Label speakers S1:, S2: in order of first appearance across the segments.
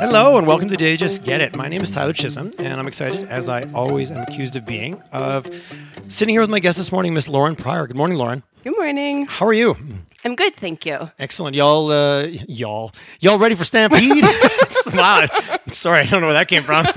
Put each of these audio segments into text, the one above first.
S1: Hello and welcome to Did They Just Get It. My name is Tyler Chisholm, and I'm excited, as I always am accused of being, of sitting here with my guest this morning, Miss Lauren Pryor. Good morning, Lauren.
S2: Good morning.
S1: How are you?
S2: I'm good, thank you.
S1: Excellent, y'all. Uh, y'all, y'all ready for Stampede? wow, I'm sorry, I don't know where that came from.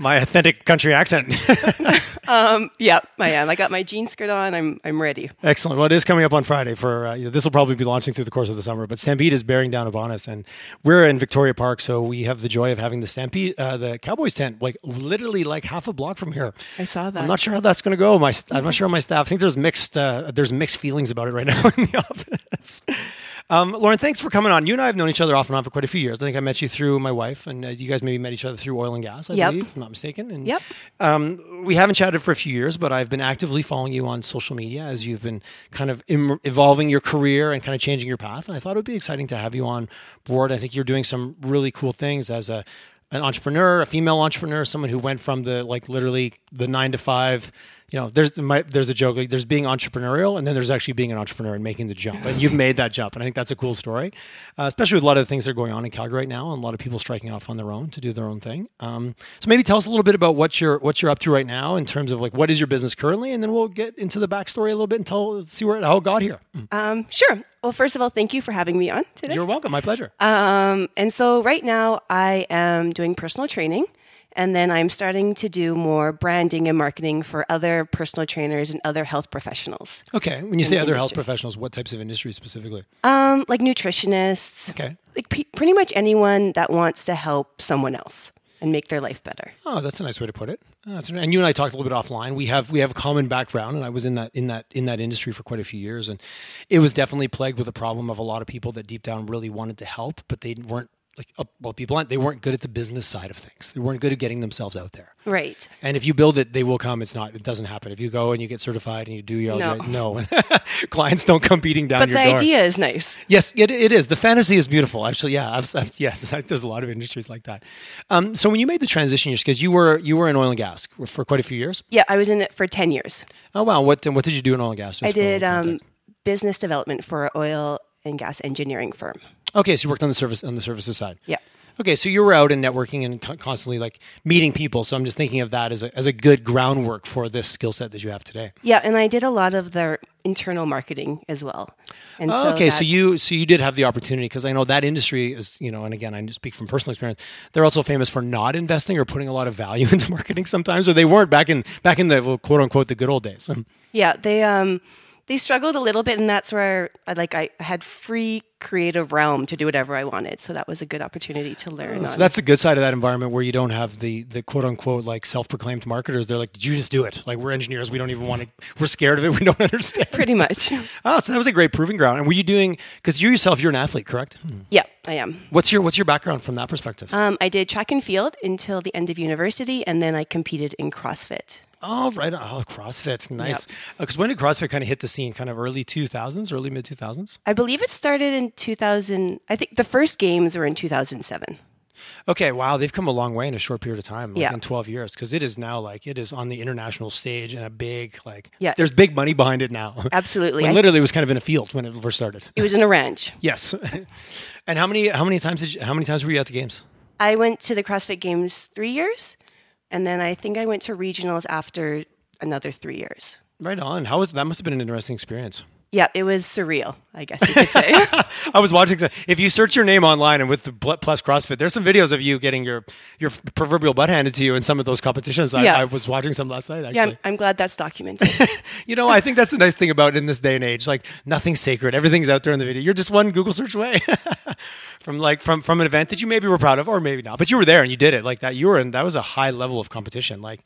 S1: My authentic country accent.
S2: Yep, I am. I got my jean skirt on. I'm I'm ready.
S1: Excellent. Well, it is coming up on Friday. For uh, you know, this will probably be launching through the course of the summer, but Stampede is bearing down upon us, and we're in Victoria Park, so we have the joy of having the Stampede, uh, the Cowboys tent, like literally like half a block from here.
S2: I saw that.
S1: I'm not sure how that's going to go. My, st- I'm not sure my staff. I think there's mixed, uh, there's mixed feelings about it right now in the office. Um, Lauren, thanks for coming on. You and I have known each other off and on for quite a few years. I think I met you through my wife, and uh, you guys maybe met each other through oil and gas, I
S2: Yep.
S1: believe, if I'm not mistaken. And
S2: Yep.
S1: um, we haven't chatted for a few years, but I've been actively following you on social media as you've been kind of em- evolving your career and kind of changing your path. And I thought it would be exciting to have you on board. I think you're doing some really cool things as a an entrepreneur, a female entrepreneur, someone who went from the like literally the nine to five. You know, there's my, there's a joke. Like, there's being entrepreneurial, and then there's actually being an entrepreneur and making the jump. And you've made that jump, and I think that's a cool story, uh, especially with a lot of the things that are going on in Calgary right now, and a lot of people striking off on their own to do their own thing. Um, so maybe tell us a little bit about what you're what you're up to right now in terms of like what is your business currently, and then we'll get into the backstory a little bit and tell see where it, how it got here.
S2: Um, sure. Well, first of all, thank you for having me on today.
S1: You're welcome. My pleasure.
S2: Um, and so right now I am doing personal training, and then I'm starting to do more branding and marketing for other personal trainers and other health professionals,
S1: okay. When you say other health
S2: industry.
S1: professionals, what types of industries specifically?
S2: um, like nutritionists,
S1: Okay.
S2: like pe- pretty much anyone that wants to help someone else and make their life better.
S1: Oh, that's a nice way to put it. Oh, That's and you and I talked a little bit offline. We have we have a common background, and I was in that in that in that industry for quite a few years, and it was definitely plagued with the problem of a lot of people that deep down really wanted to help, but they weren't like uh, well, people aren't. They weren't good at the business side of things. They weren't good at getting themselves out there.
S2: Right.
S1: And if you build it, they will come. It's not. It doesn't happen. If you go and you get certified and you do your
S2: No.
S1: no, clients don't come beating down
S2: But
S1: your
S2: the
S1: door.
S2: idea is nice.
S1: Yes, it, it is. The fantasy is beautiful. Actually, yeah, I've, I've- yes. There's a lot of industries like that. Um, so when you made the transition years, because you were you were in oil and gas for quite a few years.
S2: Yeah, I was in it for 10 years.
S1: Oh wow, what what did you do in oil and gas?
S2: I did um, business development for an oil and gas engineering firm.
S1: okay, so you worked on the service on the services side.
S2: Yeah.
S1: Okay, so you were out and networking and con- constantly like meeting people. So I'm just thinking of that as a, as a good groundwork for this skill set that you have today.
S2: Yeah, and I did a lot of their internal marketing as well. And
S1: Oh, okay, so
S2: that-
S1: you so you did have the opportunity because I know that industry is you know, and again I speak from personal experience. They're also famous for not investing or putting a lot of value into marketing sometimes, or they weren't back in back in the well, quote unquote the good old days.
S2: yeah, they um they struggled a little bit and that's where I like I had free creative realm to do whatever I wanted. So that was a good opportunity to learn on.
S1: So that's the good side of that environment where you don't have the the quote unquote like self proclaimed marketers. They're like, "Did you just do it? Like we're engineers, we don't even want to. We're scared of it. We don't understand."
S2: pretty much.
S1: Oh, so that was a great proving ground. And were you doing because you yourself you're an athlete, correct?
S2: yeah, I am.
S1: What's your what's your background from that perspective?
S2: Um, I did track and field until the end of university and then I competed in CrossFit.
S1: Oh, right. on. Oh, CrossFit. Nice. Because when did CrossFit kind of hit the scene? Kind of early 2000s, early mid 2000s?
S2: I believe it started in 2000. I think the first games were in 2007.
S1: Okay. Wow. They've come a long way in a short period of time, like
S2: Yeah.
S1: in 12 years, because it is now like it is on the international stage and a big, like,
S2: Yeah.
S1: there's big money behind it now.
S2: Absolutely.
S1: when
S2: I-
S1: literally it was kind of in a field when it first started.
S2: It was in a ranch.
S1: Yes. and how many, how many times did you, how many times were you at the games?
S2: I went to the CrossFit Games three years, and then I think I went to regionals after another three years.
S1: Right on. How was that? Must have been an interesting experience.
S2: Yeah, it was surreal, I guess you could say.
S1: I was watching. some- If you search your name online and with the pl- plus CrossFit, there's some videos of you getting your your proverbial butt handed to you in some of those competitions. I,
S2: Yeah.
S1: I was watching some last night.
S2: yeah,
S1: Actually,
S2: I'm, I'm glad that's documented.
S1: you know, I think that's the nice thing about in this day and age. Like nothing's sacred. Everything's out there in the video. You're just one Google search away from like from from an event that you maybe were proud of or maybe not, but you were there and you did it like that. You were in that was a high level of competition. Like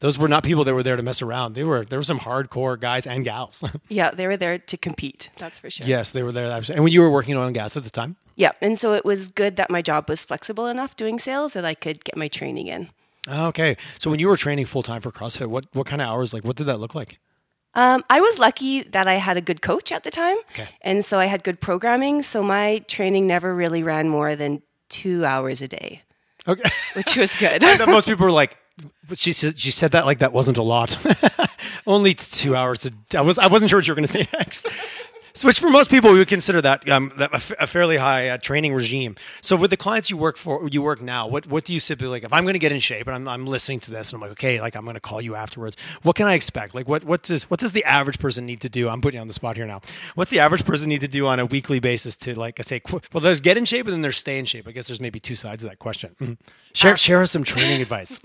S1: those were not people that were there to mess around. They were there were some hardcore guys and gals.
S2: yeah, they were there to compete, that's for sure.
S1: yes, they were there. And when you were working in oil and gas at the time.
S2: yeah, and so it was good that my job was flexible enough doing sales that I could get my training in.
S1: Okay. So when you were training full time for CrossFit, what what kind of hours like what did that look like?
S2: Um, I was lucky that I had a good coach at the time.
S1: Okay.
S2: And so I had good programming. So my training never really ran more than two hours a day,
S1: Okay.
S2: which was good.
S1: That most people were like but she said she said that like that wasn't a lot. Only 2 hours a I was I wasn't sure what you were going to say next. So, which for most people we would consider that, um, that a, f- a fairly high uh, training regime. So with the clients you work for, you work now, what what do you simply like? If I'm going to get in shape and I'm, I'm listening to this and I'm like, okay, like I'm going to call you afterwards. What can I expect? Like what what does what does the average person need to do? I'm putting you on the spot here now. What's the average person need to do on a weekly basis to like I say, qu- well, there's get in shape and then there's stay in shape. I guess there's maybe two sides of that question. Mhm. Share
S2: Uh,
S1: share us some training advice.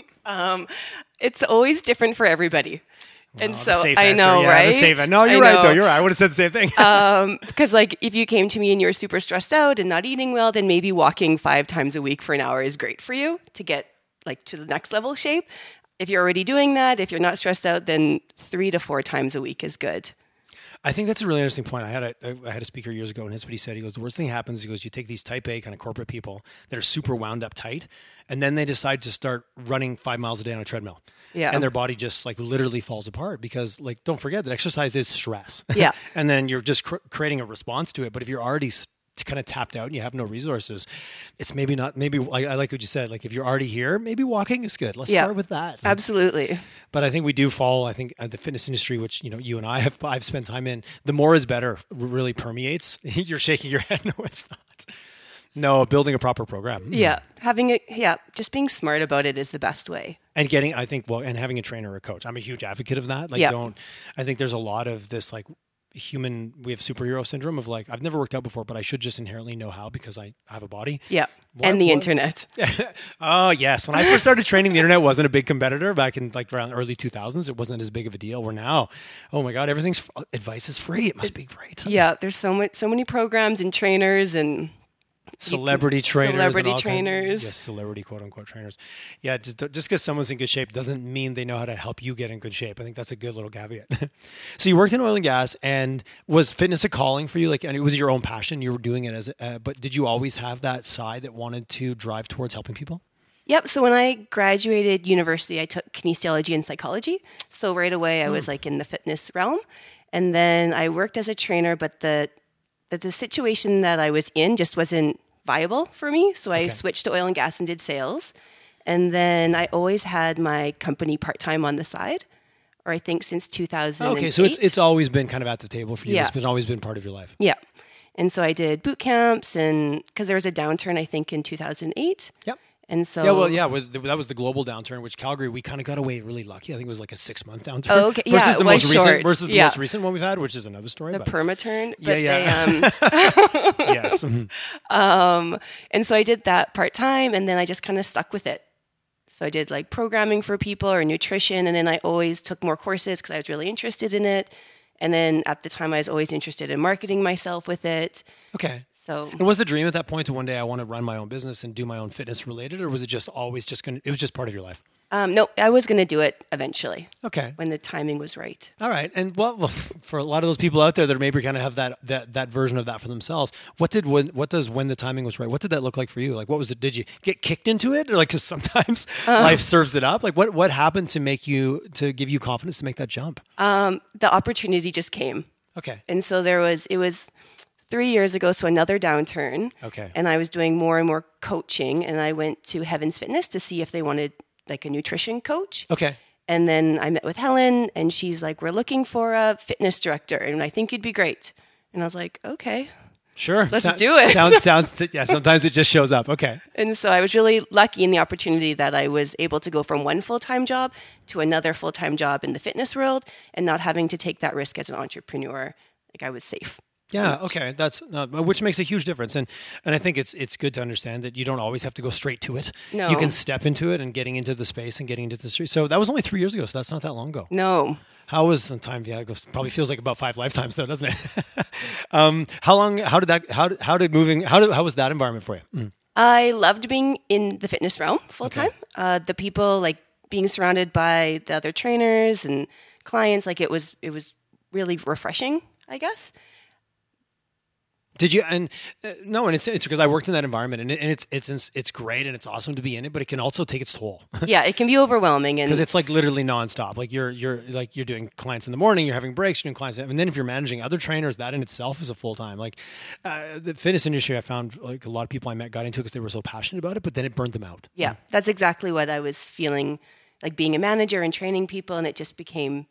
S2: It's always different for everybody. and
S1: Oh,
S2: so
S1: the safe
S2: I
S1: answer.
S2: know,
S1: yeah,
S2: right?
S1: The safe, no, you're
S2: I
S1: right though.
S2: know.
S1: You're right. I would have said the same thing.
S2: because like if you came to me and you were super stressed out and not eating well then maybe walking five times a week for an hour is great for you to get like to the next level shape if you're already doing that if you're not stressed out then three to four times a week is good
S1: Mm. I think that's a really interesting point. I had a I had a speaker years ago, and that's what he said. He goes, "The worst thing happens." He goes, "You take these Type A kind of corporate people that are super wound up tight, and then they decide to start running five miles a day on a treadmill,
S2: Yeah.
S1: and their body just like literally falls apart because like don't forget that exercise is stress,
S2: Yeah.
S1: and then you're just cr- creating a response to it. But if you're already s- kind of tapped out and you have no resources, it's maybe not maybe I, I like what you said. Like if you're already here, maybe walking is good. Let's
S2: Yeah.
S1: start with that.
S2: absolutely
S1: But I think we do fall. I think uh, the fitness industry, which you know you and I have, I've spent time in, the more is better r- really permeates. You're shaking your head. No, it's not. No, building a proper program. Mm.
S2: yeah having a yeah just being smart about it is the best way
S1: and getting i think well and having a trainer or a coach i'm a huge advocate of that like
S2: Yeah.
S1: don't i think there's a lot of this like human we have superhero syndrome of like i've never worked out before but i should just inherently know how because i have a body
S2: yeah
S1: What-
S2: and the
S1: what-
S2: internet
S1: oh yes when i first started training the internet wasn't a big competitor back in like around early 2000s it wasn't as big of a deal we're now oh my god everything's f- advice is free it must be great
S2: yeah there's so much so many programs and trainers and
S1: celebrity trainers, and
S2: celebrity
S1: all kind-
S2: trainers.
S1: yes, celebrity quote unquote trainers. Yeah, just just because someone's in good shape doesn't mean they know how to help you get in good shape. I think that's a good little caveat. so you worked in oil and gas, and was fitness a calling for you? Like, and it was your own passion. You were doing it as, uh, but did you always have that side that wanted to drive towards helping people?
S2: Yep. So when I graduated university, I took kinesiology and psychology. So right away, I was
S1: Hmm.
S2: like in the fitness realm, and then I worked as a trainer. But the the, the situation that I was in just wasn't viable for me. So I switched to oil and gas and did sales, and then I always had my company part time on the side, or I think since two thousand.
S1: Oh, Okay, so it's it's always been kind of at the table for you.
S2: Yeah.
S1: It's been always been part of your life.
S2: yeah. And so I did boot camps, and because there was a downturn, I think in two thousand eight.
S1: Yep.
S2: And so
S1: Yeah, well, yeah, with the, that was the global downturn, which Calgary we kind of got away really lucky. I think it was like a six month downturn.
S2: Oh, okay. Yeah,
S1: versus the
S2: it was
S1: most recent
S2: short.
S1: versus the
S2: Yeah.
S1: most recent one we've had, which is another story. but
S2: Permaturn,
S1: Yeah,
S2: but
S1: yeah.
S2: they um,
S1: yes, Mhm.
S2: And so I did that part time and then I just kind of stuck with it. So I did like programming for people or nutrition. And then I always took more courses because I was really interested in it. And then at the time, I was always interested in marketing myself with it.
S1: okay.
S2: So
S1: And was the dream at that point to one day I want to run my own business and do my own fitness related, or was it just always just going? to It was just part of your life.
S2: um, no, I was going to do it eventually
S1: Okay.
S2: when the timing was right.
S1: All right. And well, well, for a lot of those people out there that maybe kind of have that that that version of that for themselves, what did when what does when the timing was right? What did that look like for you? Like, what was it? Did you get kicked into it, or like just sometimes
S2: Uh-huh.
S1: life serves it up? Like, what what happened to make you to give you confidence to make that jump?
S2: The opportunity just came.
S1: Okay.
S2: And so there was, it was three years ago, so another downturn.
S1: Okay.
S2: And I was doing more and more coaching. And I went to Heaven's Fitness to see if they wanted like a nutrition coach.
S1: Okay.
S2: And then I met with Helen, and she's like, "We're looking for a fitness director, and I think you'd be great." And I was like, "Okay."
S1: Sure.
S2: Let's
S1: Sound-
S2: do it.
S1: Sounds sounds yeah. Sometimes it just shows up. Okay.
S2: And so I was really lucky in the opportunity that I was able to go from one full time job to another full time job in the fitness world, and not having to take that risk as an entrepreneur. Like I was safe.
S1: Yeah. Okay. That's uh, which makes a huge difference, and and I think it's it's good to understand that you don't always have to go straight to it.
S2: No.
S1: You can step into it and getting into the space and getting into the street. So that was only three years ago. So that's not that long ago.
S2: No,
S1: How was the time? Yeah, it goes, probably feels like about five lifetimes though, doesn't it? um, how long? How did that? How did, how did moving? How did, how was that environment for you? Mm.
S2: I loved being in the fitness realm full time. Uh, the people, like being surrounded by the other trainers and clients, like it was it was really refreshing. I guess.
S1: Did you and uh, no? And it's it's because I worked in that environment, and, it, and it's it's it's great and it's awesome to be in it, but it can also take its toll.
S2: Yeah, it can be overwhelming and
S1: because it's like literally nonstop. Like you're you're like you're doing clients in the morning, you're having breaks, you're doing clients, and then if you're managing other trainers, that in itself is a full time. Like uh, the fitness industry, I found like a lot of people I met got into because they were so passionate about it, but then it burned them out.
S2: Yeah, that's exactly what I was feeling like being a manager and training people, and it just became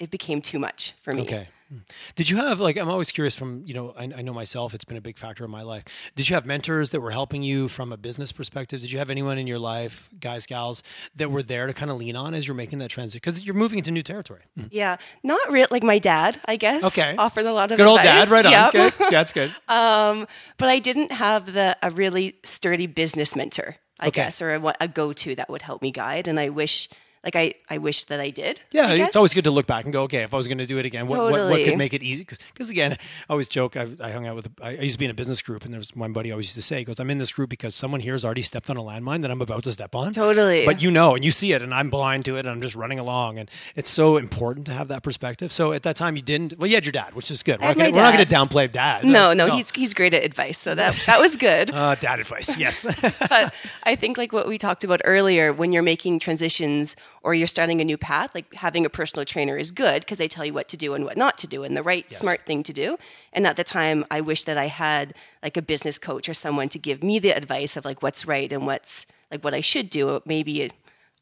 S2: it became too much for me.
S1: Okay. Hmm. Did you have like I'm always curious from you know I, I know myself it's been a big factor in my life. Did you have mentors that were helping you from a business perspective? Did you have anyone in your life, guys, gals, that were there to kind of lean on as you're making that transition because you're moving into new territory?
S2: Yeah, not real like my dad, I guess.
S1: Okay.
S2: offered a lot of
S1: Good old dad,
S2: advice.
S1: right on.
S2: Yep.
S1: Good. That's good.
S2: Um, but I didn't have the a really sturdy business mentor, I
S1: Okay.
S2: guess, or a, a go to that would help me guide. And I wish, like I, I wish that I did.
S1: Yeah,
S2: I
S1: it's
S2: guess.
S1: always good to look back and go, okay, if I was going to do it again, what, what, what could
S2: Totally.
S1: make it easy? Because again, I always joke. I, I hung out with. I, I used to be in a business group, and there was one buddy always used to say, he "Goes, I'm in this group because someone here has already stepped on a landmine that I'm about to step on."
S2: Totally.
S1: But you know, and you see it, and I'm blind to it, and I'm just running along, and it's so important to have that perspective. So at that time, you didn't. Well, you had your dad, which is good. We're
S2: had
S1: not
S2: my
S1: going to
S2: dad.
S1: downplay dad.
S2: no, no, he's he's great at advice, so that that was good.
S1: uh, dad advice. Yes.
S2: but I think like what we talked about earlier, when you're making transitions or you're starting a new path, like having a personal trainer is good because they tell you what to do and what not to do and the right smart thing to do. And at the time, I wish that I had like a business coach or someone to give me the advice of like what's right and what's like what I should do. Maybe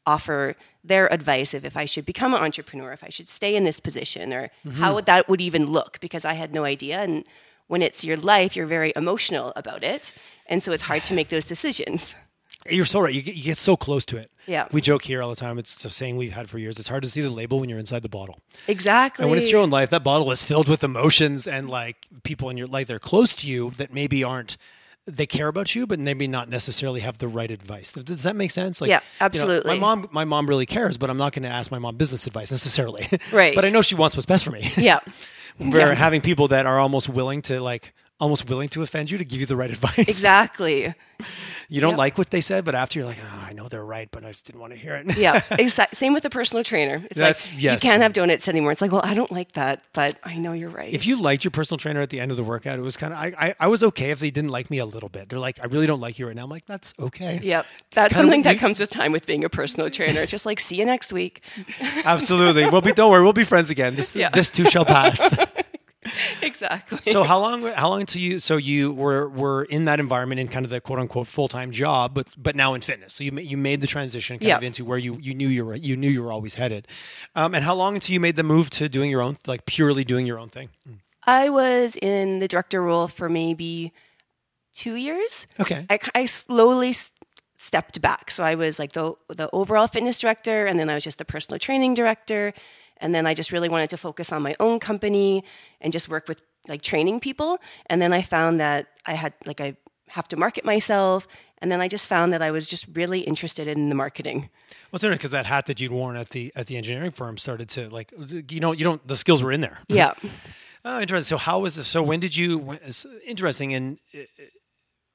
S2: offer their advice of if I should become an entrepreneur, if I should stay in this position, or how would that would even look because I had no idea. And when it's your life, you're very emotional about it, and so it's hard to make those decisions.
S1: You're so right. You get, you get so close to it.
S2: Yeah.
S1: We joke here all the time. It's a saying we've had for years. It's hard to see the label when you're inside the bottle.
S2: Exactly.
S1: And when it's your own life, that bottle is filled with emotions and like people in your life that are close to you that maybe aren't they care about you, but maybe not necessarily have the right advice. Does- Does that make sense? Like,
S2: Yeah,
S1: you know,
S2: absolutely.
S1: my mom, my mom really cares, but I'm not going to ask my mom business advice necessarily.
S2: Right.
S1: but I know she wants what's best for me.
S2: yeah.
S1: We're having people that are almost willing to like almost willing to offend you to give you the right advice.
S2: Exactly.
S1: You don't
S2: Yep.
S1: like what they said, but after you're like, oh, I know they're right, but I just didn't want to hear it.
S2: Yeah. Exa- same with a personal trainer. It's
S1: That's-
S2: like
S1: yes.
S2: you can't have donuts anymore. It's like, well, I don't like that, but I know you're right.
S1: if you liked your personal trainer at the end of the workout, it was kind of I, I I was okay if they didn't like me a little bit. They're like, I really don't like you right now. I'm like, that's okay.
S2: Yep.
S1: It's
S2: That's
S1: kinda what
S2: something that
S1: you-
S2: comes with time with being a personal trainer. Just like see you next week.
S1: Absolutely. We'll be don't worry, we'll be friends again. This
S2: Yeah.
S1: this too shall pass.
S2: Exactly.
S1: so how long how long until you so you were were in that environment in kind of the quote unquote full time job, but but now in fitness. So you ma- you made the transition kind of
S2: Yeah.
S1: into where you you knew you were you knew you were always headed. Um, and how long until you made the move to doing your own like purely doing your own thing?
S2: I was in the director role for maybe two years.
S1: Okay.
S2: I, I slowly s- stepped back. So I was like the, the overall fitness director, and then I was just the personal training director. And then I just really wanted to focus on my own company and just work with like training people. And then I found that I had like, I have to market myself. And then I just found that I was just really interested in the marketing.
S1: What's interesting because that hat that you'd worn at the at the engineering firm started to like you know you don't the skills were in there.
S2: Yeah.
S1: Oh, interesting. So how was this? So when did you? When, it's interesting. And uh,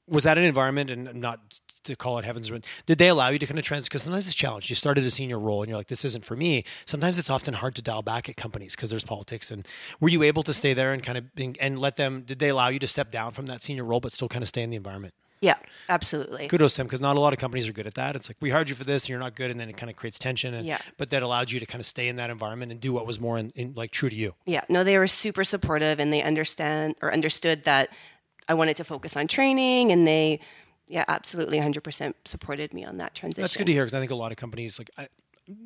S1: was that an environment? And not to call it heaven's. but Did they allow you to kind of trans? Because sometimes it's a challenge. You started a senior role, and you're like, this isn't for me. Sometimes it's often hard to dial back at companies because there's politics. And were you able to stay there and kind of and, and let them? Did they allow you to step down from that senior role, but still kind of stay in the environment?
S2: Yeah. Absolutely.
S1: Kudos to them because not a lot of companies are good at that. It's like we hired you for this, and you're not good, and then it kind of creates tension. And,
S2: Yeah.
S1: But that allowed you to kind of stay in that environment and do what was more in, in like true to you.
S2: Yeah, no, they were super supportive and they understand or understood that I wanted to focus on training and they, yeah, absolutely 100% supported me on that transition.
S1: That's good to hear because I think a lot of companies, like, I,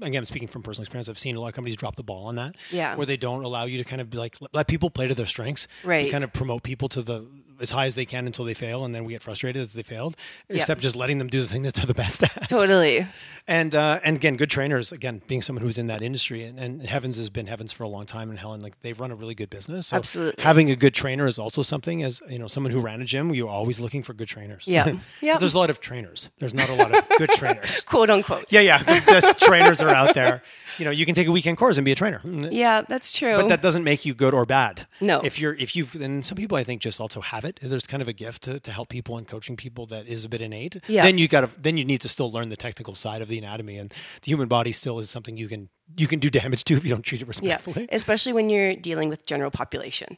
S1: again, speaking from personal experience, I've seen a lot of companies drop the ball on that.
S2: Yeah.
S1: Where they don't allow you to kind of like let- let people play to their strengths. We
S2: Right.
S1: kind of promote people to the as high as they can until they fail, and then we get frustrated that they failed. Except just letting them do the thing that they're the best at.
S2: Totally.
S1: And uh, and again, good trainers. Again, being someone who's in that industry, and, and Heavens has been Heavens for a long time, and Helen like they've run a really good business. So
S2: Absolutely.
S1: having a good trainer is also something. As you know, someone who ran a gym, you're always looking for good trainers.
S2: Yeah.
S1: But
S2: Yeah.
S1: There's a lot of trainers. There's not a lot of good trainers.
S2: Quote unquote.
S1: Yeah, yeah. Best trainers are out there. You know, you can take a weekend course and be a trainer.
S2: Yeah, that's true.
S1: But that doesn't make you good or bad.
S2: No.
S1: If you're, if you've, and some people I think just also have it. There's kind of a gift to, to help people and coaching people that is a bit innate.
S2: Yeah.
S1: Then you got to, then you need to still learn the technical side of the anatomy and the human body still is something you can, you can do damage to if you don't treat it
S2: yeah,
S1: respectfully.
S2: especially when you're dealing with general population.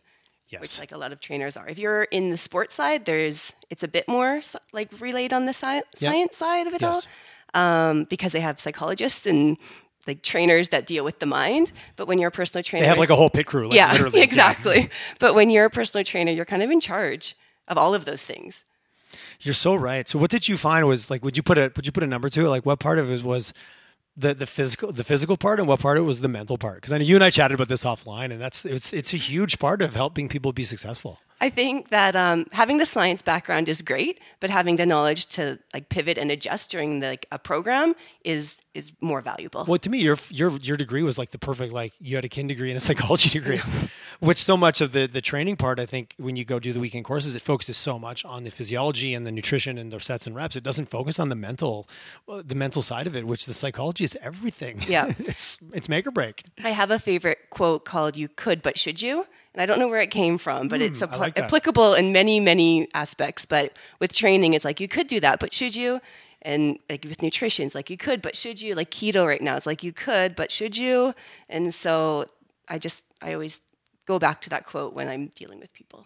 S1: Yes.
S2: which like a lot of trainers are. If you're in the sports side, there's it's a bit more s- like relayed on the sci- science side of it
S1: Yes.
S2: all, um, because they have psychologists and like trainers that deal with the mind. But when you're a personal trainer,
S1: they have like a whole pit crew. Like,
S2: yeah,
S1: Literally.
S2: exactly. But when you're a personal trainer, you're kind of in charge of all of those things.
S1: You're so right. So what did you find was like would you put a would you put a number to it? Like what part of it was the the physical the physical part and what part it was the mental part because I know you and I chatted about this offline and that's it's it's a huge part of helping people be successful.
S2: I think that um, having the science background is great, but having the knowledge to like pivot and adjust during the, like a program is is more valuable.
S1: Well, to me, your your your degree was like the perfect like you had a kin degree and a psychology degree, which so much of the the training part I think when you go do the weekend courses, it focuses so much on the physiology and the nutrition and the sets and reps. It doesn't focus on the mental uh, the mental side of it, which the psychology is everything.
S2: Yeah.
S1: it's it's make or break.
S2: I have a favorite quote called "You could, but should you?" and I don't know where it came from, but it's appl-
S1: Hmm, like that.
S2: applicable in many many aspects. But with training, it's like you could do that, but should you? And like with nutrition, it's like you could, but should you? Like keto right now, it's like you could, but should you? And so I just I always go back to that quote when I'm dealing with people.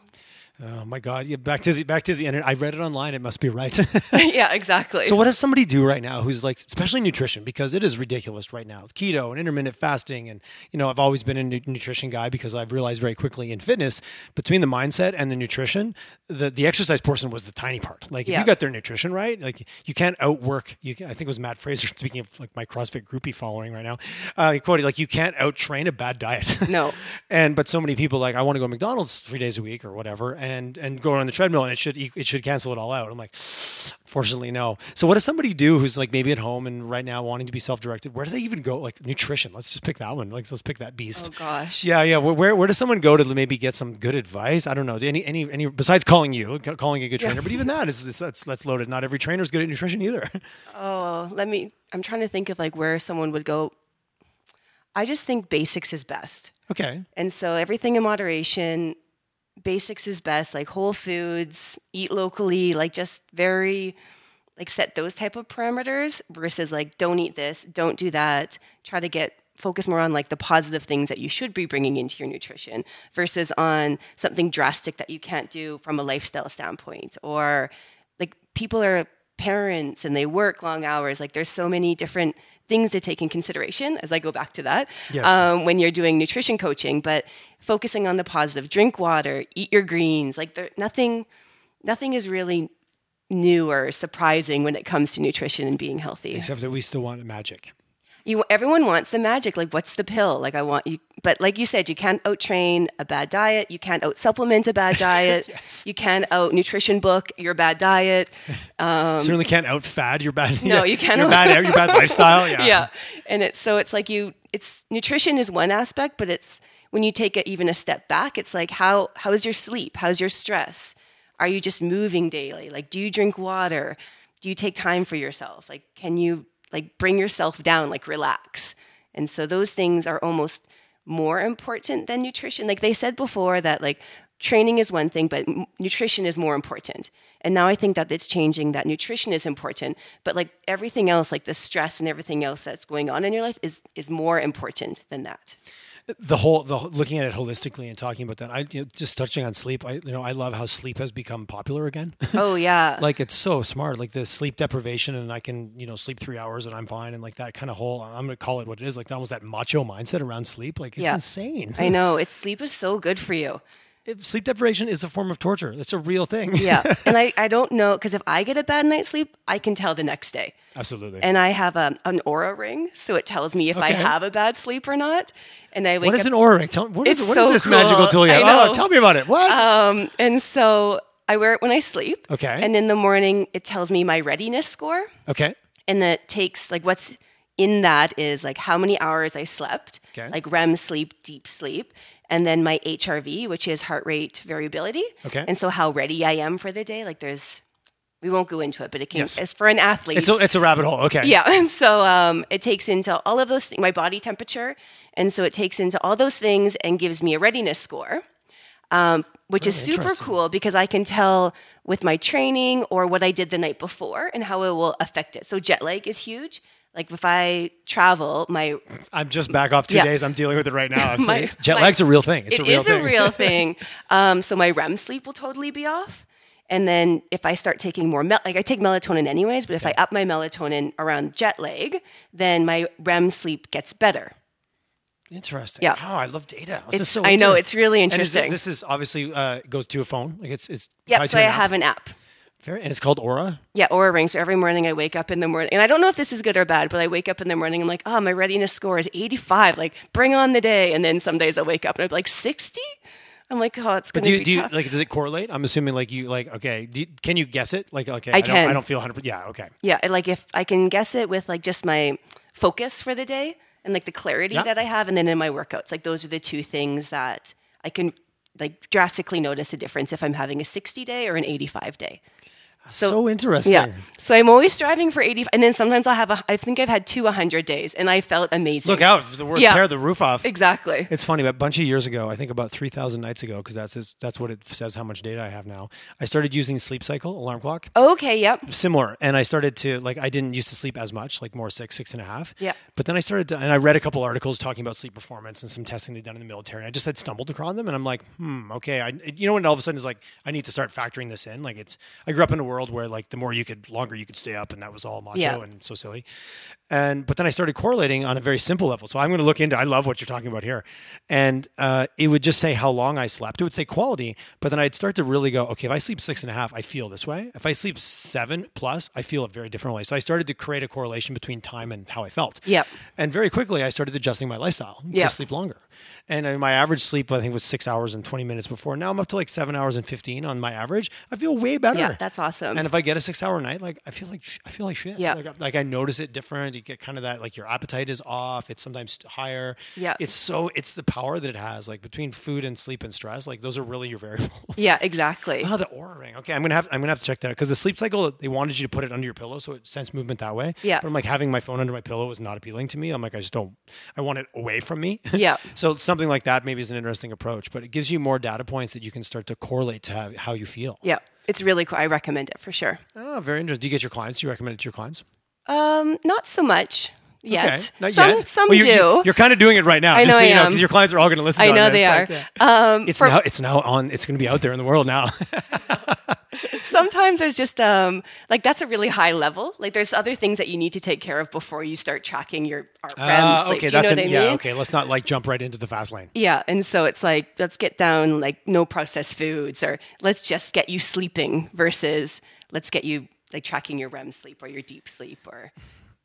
S1: Oh my God! Yeah, back to the back to the internet. I read it online. It must be right.
S2: yeah, exactly.
S1: So what does somebody do right now who's like, especially nutrition, because it is ridiculous right now. Keto and intermittent fasting, and you know, I've always been a nu- nutrition guy because I've realized very quickly in fitness between the mindset and the nutrition, the the exercise portion was the tiny part. Like if
S2: Yeah.
S1: you got their nutrition right, like you can't outwork. You can, I think it was Matt Fraser speaking of like my CrossFit groupie following right now. Uh, he quoted like you can't out train a bad diet.
S2: No.
S1: and but so many people like I want to go to McDonald's three days a week or whatever, and and go on the treadmill, and it should it should cancel it all out. I'm like, fortunately, no. So what does somebody do who's like maybe at home and right now wanting to be self directed? Where do they even go? Like nutrition. Let's just pick that one. Like let's pick that beast.
S2: oh gosh.
S1: Yeah, yeah. Where, where where does someone go to maybe get some good advice? I don't know. Any any any besides calling you, ca- calling a good trainer, but even that is is- that's that's loaded. Not every trainer is good at nutrition either.
S2: Oh, let me. I'm trying to think of like where someone would go. I just think basics is best.
S1: okay.
S2: And so everything in moderation, basics is best, like whole foods, eat locally, like just very like set those type of parameters versus like don't eat this, don't do that, try to get focus more on like the positive things that you should be bringing into your nutrition versus on something drastic that you can't do from a lifestyle standpoint or like people are parents and they work long hours like there's so many different things to take in consideration as i go back to that
S1: Yes.
S2: um, when you're doing nutrition coaching but focusing on the positive drink water eat your greens like there, nothing nothing is really new or surprising when it comes to nutrition and being healthy
S1: Except that we still want magic.
S2: you everyone wants the magic like what's the pill like i want you but like you said you can't out train a bad diet you can't out supplement a bad diet you can out nutrition book your bad diet
S1: Certainly can't out fad your bad.
S2: Um, No, you can't
S1: Your
S2: out-
S1: bad your bad lifestyle. Yeah.
S2: yeah and it's so it's like you it's nutrition is one aspect but it's when you take it even a step back it's like how how is your sleep how's your stress are you just moving daily like do you drink water do you take time for yourself like can you like bring yourself down like relax and so those things are almost more important than nutrition like they said before that like training is one thing but m- nutrition is more important and now i think that it's changing that nutrition is important but like everything else like the stress and everything else that's going on in your life is is more important than that
S1: the whole the whole- looking at it holistically and talking about that i you know, just touching on sleep i you know i love how sleep has become popular again
S2: oh yeah
S1: like it's so smart like the sleep deprivation and i can you know sleep three hours and i'm fine and like that kind of whole i'm gonna call it what it is like almost that macho mindset around sleep like it's
S2: Yeah.
S1: insane
S2: i know it's sleep is so good for you
S1: If- sleep deprivation is a form of torture it's a real thing
S2: yeah and i i don't know because if i get a bad night's sleep i can tell the next day
S1: absolutely
S2: and i have um, an aura ring so it tells me if i
S1: Okay.
S2: have a bad sleep or not and i wake
S1: what
S2: up
S1: is an aura ring? Tell me, what is,
S2: It's
S1: what is
S2: so
S1: this magical
S2: cool.
S1: tool you
S2: I
S1: have?
S2: know. Um,
S1: Oh, tell me about it. What?
S2: And so I wear it when I sleep.
S1: Okay.
S2: And in the morning, it tells me my readiness score.
S1: okay.
S2: And that takes, like, what's in that is like how many hours I slept,
S1: Okay.
S2: like REM sleep, deep sleep, and then my HRV, which is heart rate variability.
S1: Okay.
S2: And so how ready I am for the day. Like, there's, we won't go into it, but it can,
S1: Yes.
S2: as for an athlete,
S1: It's a, it's a rabbit hole. Okay.
S2: yeah, and so um, it takes into all of those things, my body temperature, and so it takes into all those things and gives me a readiness score, um, which is
S1: Really
S2: super
S1: Oh, interesting.
S2: cool because I can tell with my training or what I did the night before and how it will affect it. So jet lag is huge. Like if I travel, my
S1: I'm just back off two
S2: Yeah.
S1: days. I'm dealing with it right now. I'm
S2: My-
S1: saying jet
S2: my-
S1: lag's a real thing. It's
S2: It
S1: a real
S2: is
S1: thing.
S2: real thing. Um, so my REM sleep will totally be off. And then if I start taking more, mel- like I take melatonin anyways, but if I up my melatonin around jet lag, then my REM sleep gets better.
S1: Interesting.
S2: Yeah.
S1: Wow, I love data. This is
S2: It's-
S1: so
S2: I know,
S1: interesting.
S2: it's really
S1: And is it-
S2: interesting.
S1: this is obviously uh, goes to a phone. Like it's it's
S2: Yep.
S1: tied to
S2: So I
S1: an app.
S2: have an app.
S1: Very, and it's called Aura.
S2: Yeah, aura ring. So every morning I wake up in the morning, and I don't know if this is good or bad, but I wake up in the morning. I'm like, oh, my readiness score is 85. Like, bring on the day. And then some days I wake up and I'm like 60. I'm like, oh, it's
S1: But
S2: going to
S1: do
S2: be
S1: you, do you
S2: tough.
S1: like? Does it correlate? I'm assuming like you like. Okay, do you, can you guess it? Like okay,
S2: I
S1: don't,
S2: can.
S1: I don't feel 100. Yeah, okay.
S2: Yeah, I- like if I can guess it with like just my focus for the day and like the clarity
S1: Yeah.
S2: that I have, and then in my workouts, like those are the two things that I can like drastically notice a difference if I'm having a 60 day or an 85 day.
S1: So, interesting.
S2: Yeah. So I'm always striving for 85, and then sometimes I'll have a. I think I've had two 100 days, and I felt amazing.
S1: Look out! The word
S2: Yeah.
S1: tear the roof off.
S2: Exactly.
S1: It's funny, but a bunch of years ago, I think about 3,000 nights ago, because that's, is- that's what it says how much data I have now. I started using Sleep Cycle alarm clock.
S2: Okay. Yep.
S1: Similar. And I started to, like, I didn't used to sleep as much, like more six, six and a half.
S2: Yeah.
S1: But then I started to, and I read a couple articles talking about sleep performance and some testing they'd done in the military. And I just had stumbled across them. And I'm like, hmm, okay. I, it- you know, when all of a sudden it's like, I need to start factoring this in. Like, it's, I grew up in a world where, like, the more you could, longer you could stay up. And that was all macho
S2: Yeah.
S1: and so silly. And but then I started correlating on a very simple level. So I'm going to look into. I love what you're talking about here, and uh, it would just say how long I slept. It would say quality, but then I'd start to really go, okay, if I sleep six and a half, I feel this way. If I sleep seven plus, I feel a very different way. So I started to create a correlation between time and how I felt.
S2: Yep.
S1: And very quickly, I started adjusting my lifestyle
S2: Yeah.
S1: to sleep longer. And uh, my average sleep, I think, was six hours and twenty minutes before. Now I'm up to like seven hours and fifteen on my average. I feel way better.
S2: Yeah, that's awesome.
S1: And if I get a six-hour night, like I feel like sh- I feel like shit.
S2: Um, Yeah.
S1: Like, I- like I notice it different. You get kind of that like your appetite is off. It's sometimes higher.
S2: Yeah.
S1: It's so it's the power that it has. Like between food and sleep and stress, like those are really your variables.
S2: Yeah. Exactly.
S1: Oh, the aura ring. Okay, I'm gonna have I'm gonna have to check that out because the sleep cycle they wanted you to put it under your pillow so it sends movement that way.
S2: Yeah.
S1: But I'm like having my phone under my pillow is not appealing to me. I'm like I just don't. I want it away from me.
S2: Yeah.
S1: so something like that maybe is an interesting approach, but it gives you more data points that you can start to correlate to how, how you feel.
S2: Yeah. It's really cool. I recommend it for sure.
S1: Oh, very interesting. Do you get your clients? Do you recommend it to your clients?
S2: Um, not so much yet.
S1: Okay. Not
S2: some
S1: yet.
S2: some
S1: Well, you-
S2: do.
S1: You, are kind of doing it right now.
S2: I
S1: just
S2: know
S1: so you
S2: I
S1: know,
S2: am.
S1: 'cause your clients are all going to listen.
S2: I
S1: to
S2: know
S1: this.
S2: they are.
S1: Like, yeah. it's now. It's now on. It's going to be out there in the world now.
S2: Sometimes there's just um like that's a really high level. Like there's other things that you need to take care of before you start tracking your REM
S1: Ah,
S2: sleep.
S1: okay,
S2: do you know
S1: that's
S2: what I
S1: an-
S2: mean?
S1: yeah. Okay, let's not like jump right into the fast lane.
S2: Yeah, and so it's like let's get down like no processed foods or let's just get you sleeping versus let's get you like tracking your REM sleep or your deep sleep or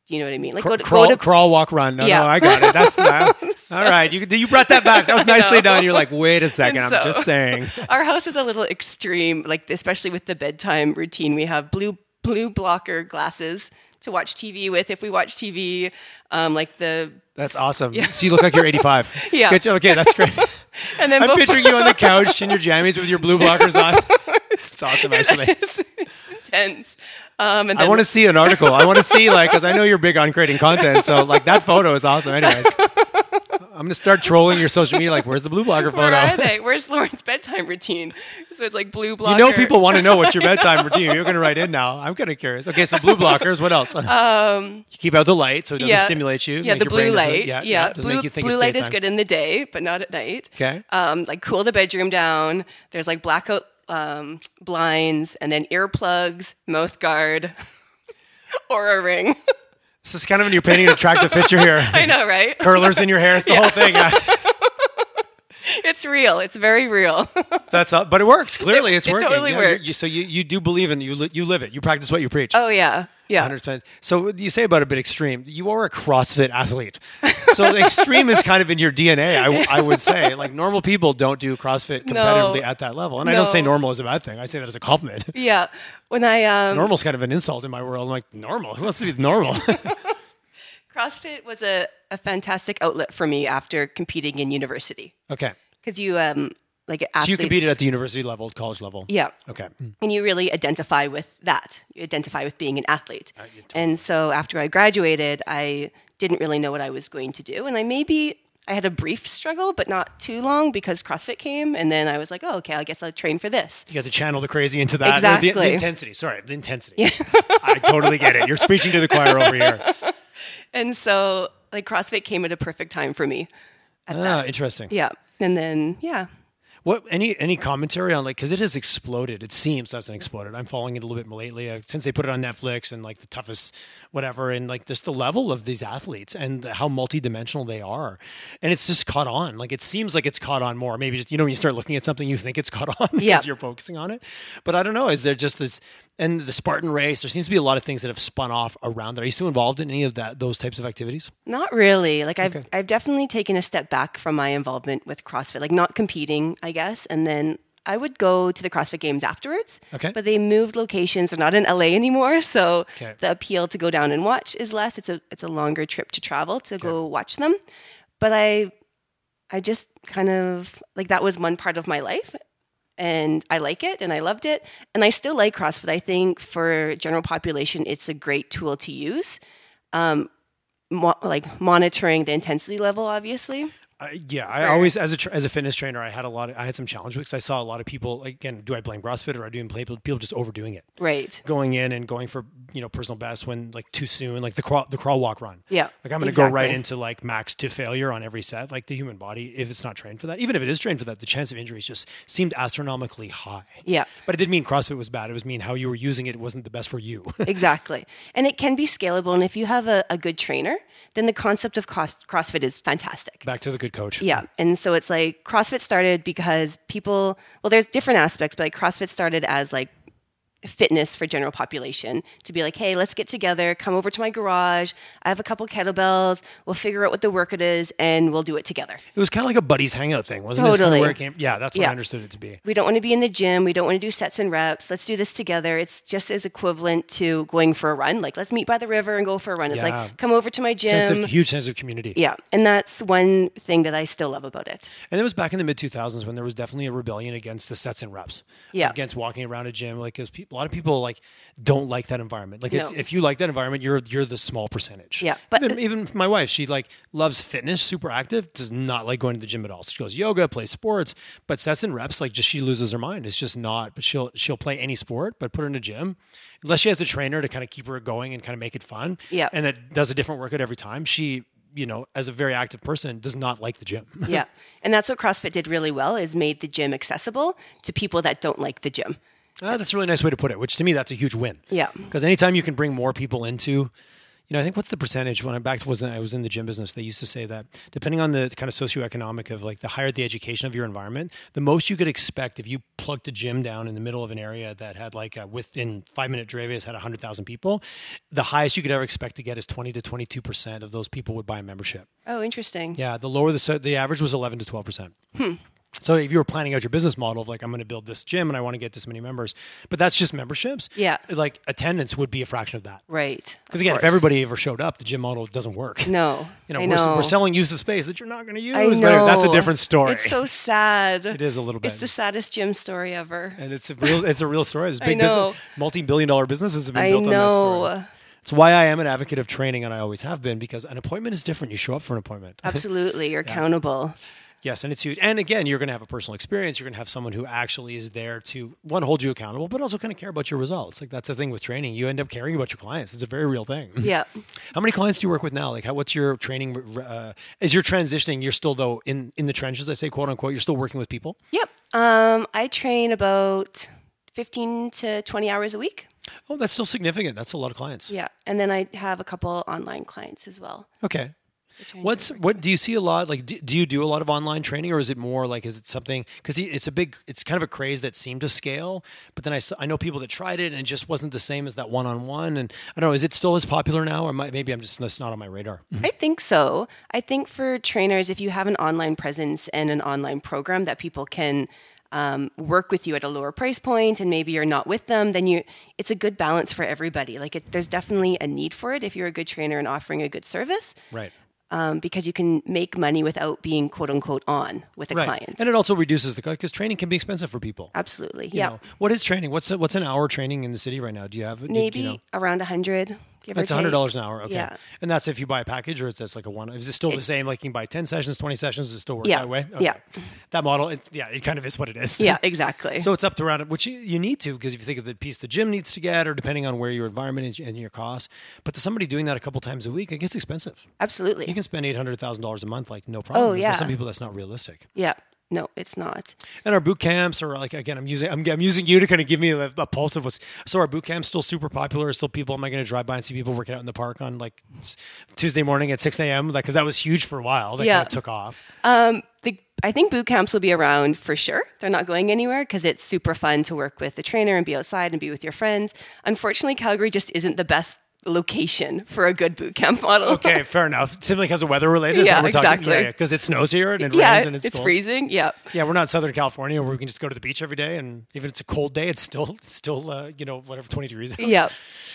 S2: do you know what I mean? Like go to,
S1: crawl,
S2: go to
S1: crawl, walk, run. No,
S2: Yeah.
S1: no, I got it. That's not, all right. You you brought that back. That was nicely done. You're like, wait a second. I'm
S2: so-
S1: just saying.
S2: our house is a little extreme, like especially with the bedtime routine. We have blue blue blocker glasses to watch TV with. If we watch TV, um, like the
S1: That's awesome. So you look like you're 85.
S2: Yeah.
S1: Get you- okay, that's great.
S2: and then
S1: I'm
S2: before-
S1: picturing you on the couch in your jammies with your blue blockers on. It's awesome, actually.
S2: it's, it's intense. Um, and
S1: I
S2: then-
S1: want to see an article. I want to see like because I know you're big on creating content. So like that photo is awesome. Anyways, I'm gonna start trolling your social media. Like, where's the blue blogger
S2: Where are
S1: photo?
S2: they? Where's Lauren's bedtime routine? So it's like blue blocker.
S1: You know, people want to know what's your bedtime routine. You're gonna write in now. I'm kind of curious. Okay, so blue blockers. What else? Um, you keep out the light so it doesn't stimulate you.
S2: Yeah,
S1: make
S2: the
S1: your
S2: blue
S1: brain doesn't-
S2: light. Yeah,
S1: doesn't
S2: blue,
S1: make you think
S2: blue
S1: it's
S2: light is
S1: daytime.
S2: good in the day, but not at night.
S1: Okay.
S2: Um, like cool the bedroom down. There's like blackout um, blinds, and then earplugs, mouth guard, aura ring.
S1: This is kind of you're painting an attractive picture here.
S2: I know, right?
S1: Curlers in your hair. It's the whole thing. Yeah.
S2: It's real. It's very real.
S1: That's all, but it works. Clearly, it's
S2: it
S1: working.
S2: totally
S1: Yeah, you-
S2: works.
S1: you- so you, you do believe in you li- you live it. You practice what you preach.
S2: oh yeah, yeah.
S1: 100%. So you say about a bit extreme. You are a CrossFit athlete. So the extreme is kind of in your DNA, I, w- I would say. Like normal people don't do CrossFit competitively at that level. And I don't say
S2: No.
S1: normal is a bad thing. I say that as a compliment.
S2: Yeah. When I um,
S1: Normal's kind of an insult in my world. I'm like, normal? Who wants to be normal?
S2: CrossFit was a, a fantastic outlet for me after competing in university
S1: okay.
S2: because you um like athletes,
S1: So you competed at the university level, college level.
S2: yeah.
S1: Okay.
S2: and you really identify with that. You identify with being an athlete. and so after I graduated, I didn't really know what I was going to do, and I maybe I had a brief struggle, but not too long because CrossFit came, and then I was like, oh, okay, I guess I'll train for this.
S1: You got to channel the crazy into that. The, the
S2: Exactly.
S1: intensity. Sorry, the intensity. I totally get it. You're speaking to the choir over here.
S2: And so like CrossFit came at a perfect time for me.
S1: Ah, interesting.
S2: Yeah, and then yeah,
S1: What any any commentary on like because it has exploded. It seems hasn't exploded. I'm following it a little bit more lately uh, since they put it on Netflix and like the toughest whatever and like just the level of these athletes and how multidimensional they are, and it's just caught on. Like it seems like it's caught on more. Maybe just you know when you start looking at something you think it's caught on
S2: Yeah.
S1: because you're focusing on it. But I don't know. Is there just this and the Spartan race? There seems to be a lot of things that have spun off around that. Are you still involved in any of that those types of activities?
S2: Not really. Like I've I've definitely taken a step back from my involvement with CrossFit, like not competing, I guess. And then I would go to the CrossFit Games afterwards.
S1: Okay.
S2: But they moved locations. They're not in LA anymore, so
S1: Okay.
S2: the appeal to go down and watch is less. It's a it's a longer trip to travel to go watch them. But I I just kind of like that was one part of my life and I like it and I loved it. And I still like CrossFit. I think for general population, it's a great tool to use. Um, mo- like monitoring the intensity level, obviously.
S1: Uh, yeah, I always as a tr as a fitness trainer, I had a lot. Of, I had some challenge because I saw a lot of people. Again, do I blame CrossFit or I do blame people just overdoing it,
S2: Right.
S1: going in and going for you know personal best when like too soon, like the crawl, the crawl, walk, run.
S2: Yeah,
S1: like I'm going to go
S2: exactly.
S1: right into like max to failure on every set. Like the human body, if it's not trained for that, even if it is trained for that, the chance of injuries just seemed astronomically high.
S2: Yeah.
S1: but it didn't mean CrossFit was bad. It was mean how you were using it wasn't the best for you.
S2: Exactly. And it can be scalable. And if you have a, a good trainer, then the concept of cross, CrossFit is fantastic.
S1: Back to the good coach.
S2: Yeah. And so it's like CrossFit started because people, well, there's different aspects, but like CrossFit started as like fitness for general population to be like, hey, let's get together, come over to my garage. I have a couple kettlebells. We'll figure out what the workout is and we'll do it together.
S1: it was kind of like a buddies hangout thing, wasn't it? It's kinda
S2: Totally.
S1: where it came- Yeah, that's what I
S2: Yeah.
S1: understood it to be.
S2: We don't want to be in the gym. We don't want to do sets and reps. Let's do this together. It's just as equivalent to going for a run. Like, let's meet by the river and go for a run. It's
S1: Yeah.
S2: like, come over to my gym.
S1: Sense of huge sense of community.
S2: yeah. And that's one thing that I still love about it.
S1: And it was back in the mid 2000s when there was definitely a rebellion against the sets and reps.
S2: Yeah.
S1: Against walking around a gym. Like, because a lot of people, like, don't like that environment. Like, it's,
S2: No.
S1: if you like that environment, you're you're the small percentage.
S2: Yeah, but-
S1: Even, even my wife, she, like, loves fitness, super active, does not like going to the gym at all. she goes yoga, plays sports, but sets and reps, like, just she loses her mind. It's just not, but she'll, she'll play any sport, but put her in a gym. Unless she has the trainer to kind of keep her going and kind of make it fun.
S2: Yeah.
S1: And that does a different workout every time. She, you know, as a very active person, does not like the gym.
S2: yeah and that's what crossfit did really well is made the gym accessible to people that don't like the gym
S1: Ah, that's a really nice way to put it, which to me, that's a huge win.
S2: Yeah.
S1: Because anytime you can bring more people into, you know, I think what's the percentage? When I back was in, I was in the gym business, they used to say that depending on the kind of socioeconomic of like the higher the education of your environment, the most you could expect if you plugged a gym down in the middle of an area that had like a, within five minute radius had 100,000 people, the highest you could ever expect to get is 20 to 22% of those people would buy a membership.
S2: oh interesting
S1: Yeah, the lower the so the average was eleven to twelve percent.
S2: Hmm.
S1: So if you were planning out your business model of like I'm going to build this gym and I want to get this many members, but that's just memberships.
S2: Yeah.
S1: like attendance would be a fraction of that.
S2: right
S1: Because again, if
S2: course.
S1: everybody ever showed up, the gym model doesn't work.
S2: no
S1: you know,
S2: I
S1: we're,
S2: know.
S1: we're selling use of space that you're not going to use.
S2: I
S1: but anyway, that's a
S2: know.
S1: different story.
S2: it's so sad
S1: it is a little bit.
S2: it's the saddest gym story ever
S1: and it's a real, it's a real story. This big
S2: know.
S1: business, multi-billion dollar businesses have been
S2: i
S1: built on that story.
S2: know
S1: It's why I am an advocate of training, and I always have been, because an appointment is different. You show up for an appointment.
S2: absolutely you're accountable
S1: Yes, and it's huge. And again, you're going to have a personal experience. You're going to have someone who actually is there to one hold you accountable, but also kind of care about your results. Like that's the thing with training. You end up caring about your clients. It's a very real thing.
S2: yeah
S1: How many clients do you work with now? Like, how, what's your training? Uh, as you're transitioning, you're still though in in the trenches. I say, quote unquote. You're still working with people.
S2: yep um, i train about 15 to 20 hours a week
S1: Oh, that's still significant. That's a lot of clients.
S2: yeah and then i have a couple online clients as well
S1: Okay.
S2: which I enjoy.
S1: What's what do you see a lot? Like, do, do you do a lot of online training, or is it more like is it something? Because it's a big, it's kind of a craze that seemed to scale, but then I, s- I know people that tried it and it just wasn't the same as that one on one. And I don't know, is it still as popular now, or might, maybe I'm just that's not on my radar?
S2: I think so. I think for trainers, if you have an online presence and an online program that people can um, work with you at a lower price point, and maybe you're not with them, then you it's a good balance for everybody. Like it, there's definitely a need for it if you're a good trainer and offering a good service,
S1: Right.
S2: um, because you can make money without being quote unquote on with a
S1: Right.
S2: client.
S1: And it also reduces the because training can be expensive for people.
S2: Absolutely,
S1: You
S2: Uh, yeah.
S1: know, what is training? What's a, what's an hour training in the city right now? Do you have do- do you
S2: maybe
S1: know?
S2: around a hundred. Give
S1: That's
S2: or
S1: hundred
S2: take.
S1: dollars an hour. Okay,
S2: Yeah.
S1: and that's if you buy a package, or is this like a one? Is it still the same? Like you can buy ten sessions, twenty sessions. Does it still work
S2: Yeah.
S1: that way?
S2: Yeah.
S1: that model. It, yeah, it kind of is what it is.
S2: Yeah, exactly.
S1: So it's up to around which you, you need to because if you think of the piece the gym needs to get, or depending on where your environment is and your cost, but to somebody doing that a couple times a week, it gets expensive.
S2: absolutely.
S1: You can spend eight hundred thousand dollars a month, like no problem.
S2: Oh,
S1: And
S2: yeah.
S1: For some people, that's not realistic.
S2: Yeah. No, it's not.
S1: And our boot camps are like again, I'm using I'm, I'm using you to kind of give me a, a pulse of what's. So our boot camps still super popular. Still people. Am I going to drive by and see people working out in the park on like s- Tuesday morning at 6 a.m. Like because that was huge for a while. That
S2: Yeah.
S1: kind of took off.
S2: Um, the, I think boot camps will be around for sure. They're not going anywhere because it's super fun to work with the trainer and be outside and be with your friends. Unfortunately, Calgary just isn't the best location for a good boot camp model.
S1: Okay, fair enough. Simply because of weather related. is
S2: Yeah,
S1: that we're talking?
S2: exactly.
S1: Yeah, because it snows here and it
S2: yeah,
S1: rains and it's, cold.
S2: freezing. Yeah.
S1: Yeah, we're not in Southern California where we can just go to the beach every day, and even if it's a cold day, it's still it's still uh, you know whatever 20 degrees. out.
S2: Yeah.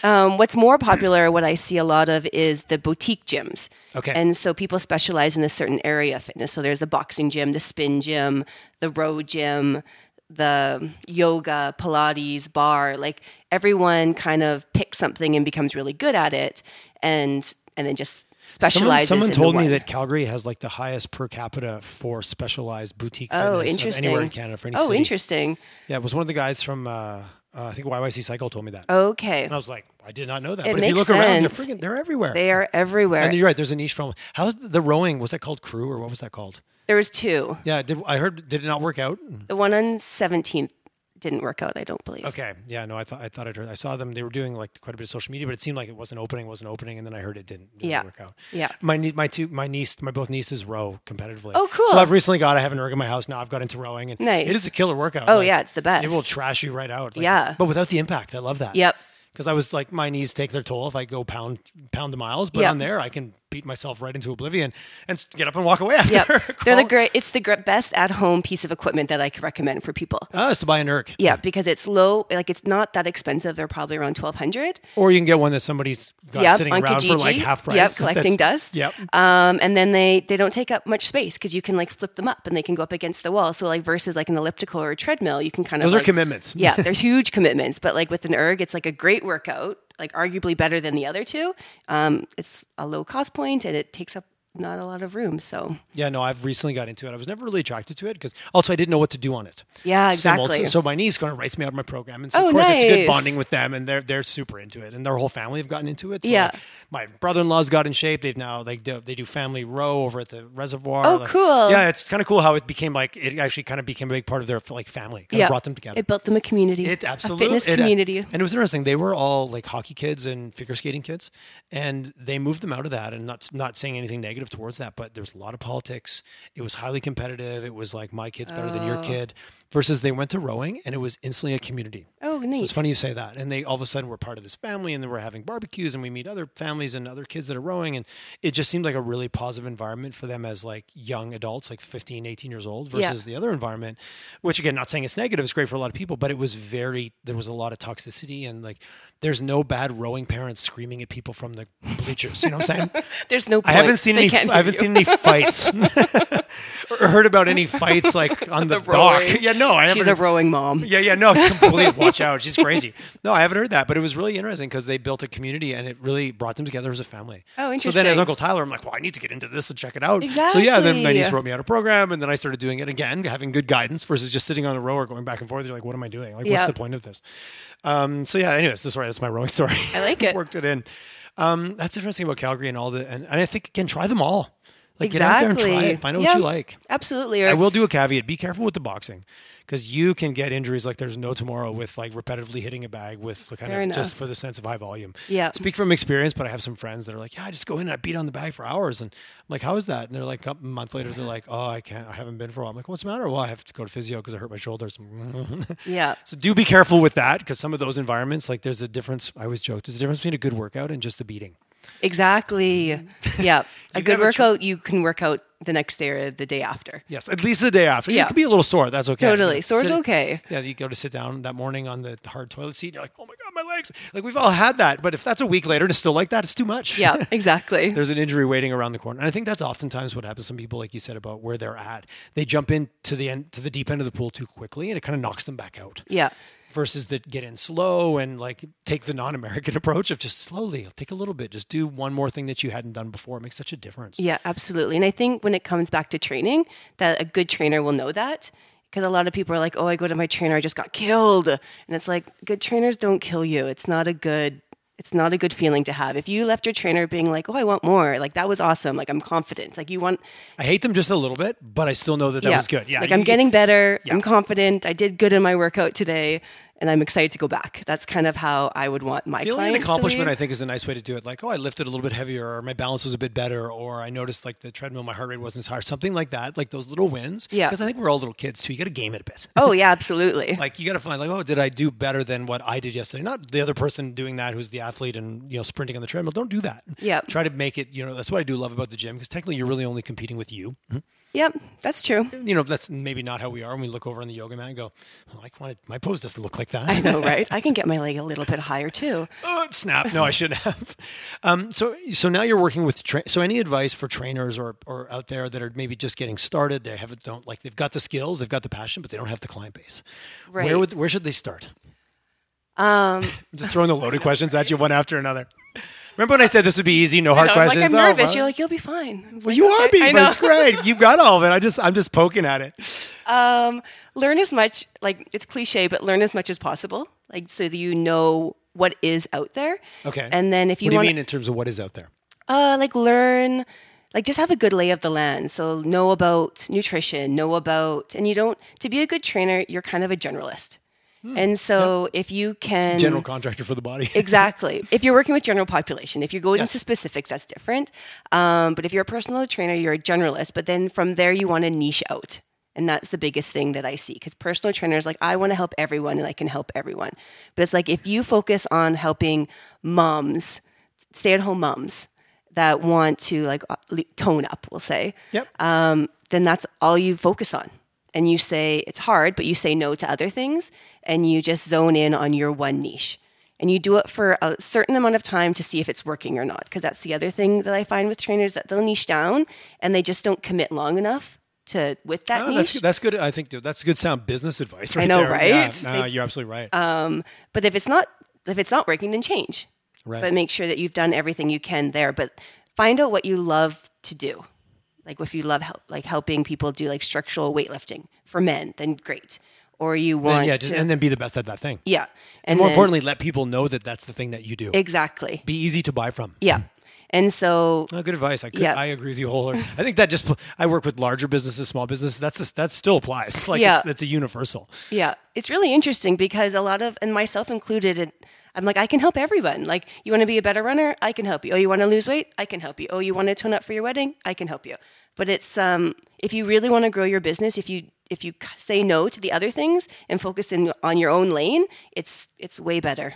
S2: Um, what's more popular, what I see a lot of, is the boutique gyms.
S1: Okay.
S2: And so people specialize in a certain area of fitness. So there's the boxing gym, the spin gym, the row gym, the yoga, Pilates, bar. Like everyone kind of picks something and becomes really good at it, and and then just
S1: Someone,
S2: specializes.
S1: someone
S2: in the
S1: told me
S2: one.
S1: that Calgary has like the highest per capita for specialized boutique
S2: Oh,
S1: fitness of
S2: interesting.
S1: anywhere in Canada for any
S2: oh,
S1: city.
S2: interesting.
S1: Yeah, it was one of the guys from uh, uh, I think YYC Cycle told me that,
S2: Okay.
S1: and I was like, I did not know that.
S2: Oh. It
S1: but if you
S2: makes
S1: look around, they're
S2: sense.
S1: freaking they're everywhere.
S2: They are everywhere.
S1: and you're right. There's a niche film. How's the, the rowing? Was that called crew or what was that called?
S2: there was two.
S1: Yeah, did, I heard did it not work out?
S2: The one on 17th didn't work out, I don't believe.
S1: Okay, yeah, no, I thought I thought I'd heard. I saw them. They were doing like quite a bit of social media, but it seemed like it wasn't opening, wasn't opening, and then I heard it didn't, didn't
S2: Yeah.
S1: work out.
S2: Yeah.
S1: my nie- my two my niece, my both nieces row competitively.
S2: Oh, cool.
S1: So I've recently got I have an erg in my house now. I've got into rowing, and
S2: Nice.
S1: it is a killer workout.
S2: Oh
S1: Like,
S2: yeah, it's the best.
S1: it will trash you right out. like-
S2: Yeah.
S1: but without the impact, I love that.
S2: Yep.
S1: Because I was like, my knees take their toll if I go pound pound the miles, but
S2: Yep.
S1: on there I can beat myself right into oblivion and s- get up and walk away after.
S2: Yep. They're the
S1: Cool.
S2: great. It's the gr- best at-home piece of equipment that I could recommend for people.
S1: Ah, it's to buy an erg.
S2: Yeah, because it's low. Like it's not that expensive. They're probably around twelve hundred.
S1: Or you can get one that somebody's got
S2: Yep,
S1: sitting
S2: on
S1: around for
S2: Kijiji.
S1: like half price.
S2: Yep, collecting
S1: That's-
S2: dust.
S1: Yep.
S2: Um, and then they they don't take up much space because you can like flip them up and they can go up against the wall. So like versus like an elliptical or a treadmill, you can kind of
S1: Those are
S2: like-
S1: commitments.
S2: yeah, there's huge commitments. But like with an erg, it's like a great workout, like arguably better than the other two. Um, it's a low cost point and it takes up not a lot of room. So
S1: Yeah, no, I've recently got into it. I was never really attracted to it because also I didn't know what to do on it.
S2: Yeah,
S1: Sim also-
S2: exactly.
S1: so my niece kind of writes me out of my program, and so
S2: Oh,
S1: of course it's good
S2: nice.
S1: bonding with them, and they're they're super into it, and their whole family have gotten into it. So
S2: Yeah.
S1: like, my brother-in-law's got in shape. They've now like do, they do family row over at the reservoir.
S2: Oh,
S1: Like,
S2: cool.
S1: Yeah, it's kind of cool how it became like it actually kind of became a big part of their like family. Kind
S2: yeah,
S1: of brought them together.
S2: It built them a community.
S1: It absolutely
S2: a fitness
S1: it-
S2: community.
S1: and it was interesting. They were all like hockey kids and figure skating kids, and they moved them out of that. And not not saying anything negative towards that, but there's a lot of politics. It was highly competitive. It was like my kid's better
S2: Oh.
S1: than your kid. Versus they went to rowing, and it was instantly a community.
S2: Oh,
S1: So it's
S2: neat.
S1: funny you say that. And they all of a sudden were part of this family, and then we're having barbecues, and we meet other families and other kids that are rowing, and it just seemed like a really positive environment for them as like young adults, like 15, 18 years old,
S2: Yeah.
S1: versus the other environment. Which again, not saying it's negative, it's great for a lot of people, but it was very there was a lot of toxicity, and like there's no bad rowing parents screaming at people from the bleachers. You know what I'm saying?
S2: There's no.
S1: I
S2: Point.
S1: haven't seen
S2: They
S1: any.
S2: can't
S1: I haven't
S2: hear you.
S1: seen any fights or heard about any fights like on the,
S2: The
S1: dock.
S2: rowing.
S1: Yeah, no, I
S2: She's
S1: haven't.
S2: a rowing mom.
S1: Yeah, yeah, no, completely. Watch out, she's crazy. No, I haven't heard that, but it was really interesting because they built a community and it really brought them together as a family.
S2: Oh,
S1: So then, as
S2: interesting.
S1: Uncle Tyler, I'm like, well, I need to get into this and check it out. So yeah, then my
S2: Exactly.
S1: niece wrote me out a program, and then I started doing it again, having good guidance versus just sitting on a row or going back and forth. You're like, what am I doing? Like, what's
S2: Yeah.
S1: the point of this? Um, so yeah, anyways, the story. That's my rowing story.
S2: I like it.
S1: Worked it in. Um, that's interesting about Calgary and all the, and, and I think again, try them all. Like, get out there and try
S2: Exactly.
S1: it. Find out
S2: Yeah.
S1: what you like.
S2: Absolutely. Or
S1: I will do a caveat. Be careful with the boxing because you can get injuries like there's no tomorrow with like repetitively hitting a bag with the kind
S2: Fair
S1: of
S2: enough.
S1: just for the sense of high volume.
S2: Yeah.
S1: Speak from experience, but I have some friends that are like, yeah, I just go in and I beat on the bag for hours. And I'm like, how is that? And they're like, a month later, they're like, oh, I can't, I haven't been for a while. I'm like, what's the matter? Well, I have to go to physio because I hurt my shoulders.
S2: Yeah.
S1: So do be careful with that because some of those environments, like there's a difference. I always joke, there's a difference between a good workout and just a beating.
S2: Exactly. Yeah. a good
S1: have a tr-
S2: workout, you can work out the next day or the day after.
S1: Yes, at least the day after. You
S2: Yeah.
S1: could be a little sore. That's okay.
S2: Totally.
S1: You know,
S2: Sore's
S1: sit-
S2: okay.
S1: Yeah, you go to sit down that morning on the hard toilet seat. And you're like, oh my god, my legs. Like we've all had that. But if that's a week later and it's still like that, it's too much.
S2: Yeah, exactly.
S1: There's an injury waiting around the corner, and I think that's oftentimes what happens. to Some people, like you said, about where they're at, they jump into the end to the deep end of the pool too quickly, and it kind of knocks them back out.
S2: yeah.
S1: Versus that get in slow and like take the non-American approach of just slowly, take a little bit, just do one more thing that you hadn't done before. It makes such a difference.
S2: Yeah, absolutely. And I think when it comes back to training, that a good trainer will know that. Because a lot of people are like, oh, I go to my trainer, I just got killed. And it's like, good trainers don't kill you. It's not a good it's not a good feeling to have. If you left your trainer being like, "Oh, I want more," like that was awesome. Like I'm confident. Like you want,
S1: I hate them just a little bit, but I still know that that
S2: yeah.
S1: was good. Yeah,
S2: Like I'm
S1: you-
S2: getting better.
S1: Yeah.
S2: I'm confident. I did good in my workout today, and I'm excited to go back. That's kind of how I would want my
S1: Feeling an
S2: clients to
S1: accomplishment,
S2: leave.
S1: I think, is a nice way to do it. Like, oh, I lifted a little bit heavier, or my balance was a bit better, or I noticed like the treadmill, my heart rate wasn't as high, or something like that. Like those little wins.
S2: Yeah.
S1: Because I think we're all little kids too. You got to game it a bit.
S2: oh yeah, absolutely.
S1: like you got to find like, oh, did I do better than what I did yesterday? Not the other person doing that who's the athlete and you know sprinting on the treadmill. Don't do that.
S2: Yeah.
S1: Try to make it. You know, that's what I do love about the gym because technically you're really only competing with you.
S2: yep, that's true.
S1: You know, that's maybe not how we are. When we look over on the yoga mat and go, oh, I wanted my pose doesn't look like that.
S2: I know, right? I can get my leg a little bit higher too.
S1: oh snap no i shouldn't have um, so so now you're working with tra- so any advice for trainers or or out there that are maybe just getting started they haven't don't like they've got the skills they've got the passion but they don't have the client base
S2: Right.
S1: where would where should they start
S2: Um,
S1: I'm just throwing the loaded questions at you one after another remember when i said this would be easy no hard
S2: no, like
S1: questions
S2: I'm
S1: Oh,
S2: nervous.
S1: well.
S2: You're like, you'll be fine. I was
S1: Well,
S2: like,
S1: you
S2: "Okay,
S1: are
S2: I
S1: being
S2: know."
S1: but it's great you've got all of it i just i'm just poking at it
S2: Um, learn as much, like it's cliche, but learn as much as possible, like so that you know what is out there.
S1: okay
S2: And then if you
S1: what do you
S2: want,
S1: mean in terms of what is out there
S2: uh, like learn, like just have a good lay of the land. So know about nutrition, know about, and you don't to be a good trainer, you're kind of a generalist. And so if you can
S1: general contractor for the body
S2: Exactly. If you're working with general population, if you go into specifics, that's different. Um, but if you're a personal trainer, you're a generalist. But then from there, you want to niche out, and that's the biggest thing that I see. Because personal trainers, like I want to help everyone, and I can help everyone. But it's like if you focus on helping moms, stay-at-home moms that want to like uh, le- tone up, we'll say
S1: yep
S2: um, then that's all you focus on. And you say it's hard, but you say no to other things and you just zone in on your one niche. And you do it for a certain amount of time to see if it's working or not. Because that's the other thing that I find with trainers that they'll niche down and they just don't commit long enough to with that
S1: Oh,
S2: niche.
S1: that's good. That's good. I think dude, that's good sound business advice. Right
S2: know,
S1: there.
S2: right?
S1: Yeah,
S2: It's
S1: no,
S2: like- uh,
S1: you're absolutely right.
S2: But if it's not if it's not working, then change.
S1: right.
S2: But make sure that you've done everything you can there. But find out what you love to do. Like if you love help, like helping people do like structural weightlifting for men, then great. Or you want
S1: yeah, just,
S2: to,
S1: and then be the best at that thing.
S2: yeah, and,
S1: And more
S2: then-
S1: importantly, let people know that that's the thing that you do.
S2: exactly,
S1: be easy to buy from.
S2: yeah. And so
S1: Oh, good advice. I could,
S2: Yeah.
S1: I agree with you wholeheartedly. I think that just pl- I work with larger businesses, small businesses. That's just, that still applies. Like
S2: Yeah.
S1: it's, that's a universal.
S2: Yeah, it's really interesting because a lot of, and myself included, it, I'm like, I can help everyone. Like, you want to be a better runner? I can help you. Oh, you want to lose weight? I can help you. Oh, you want to tone up for your wedding? I can help you. But it's um, if you really want to grow your business, if you if you c- say no to the other things and focus in on your own lane, it's it's way better.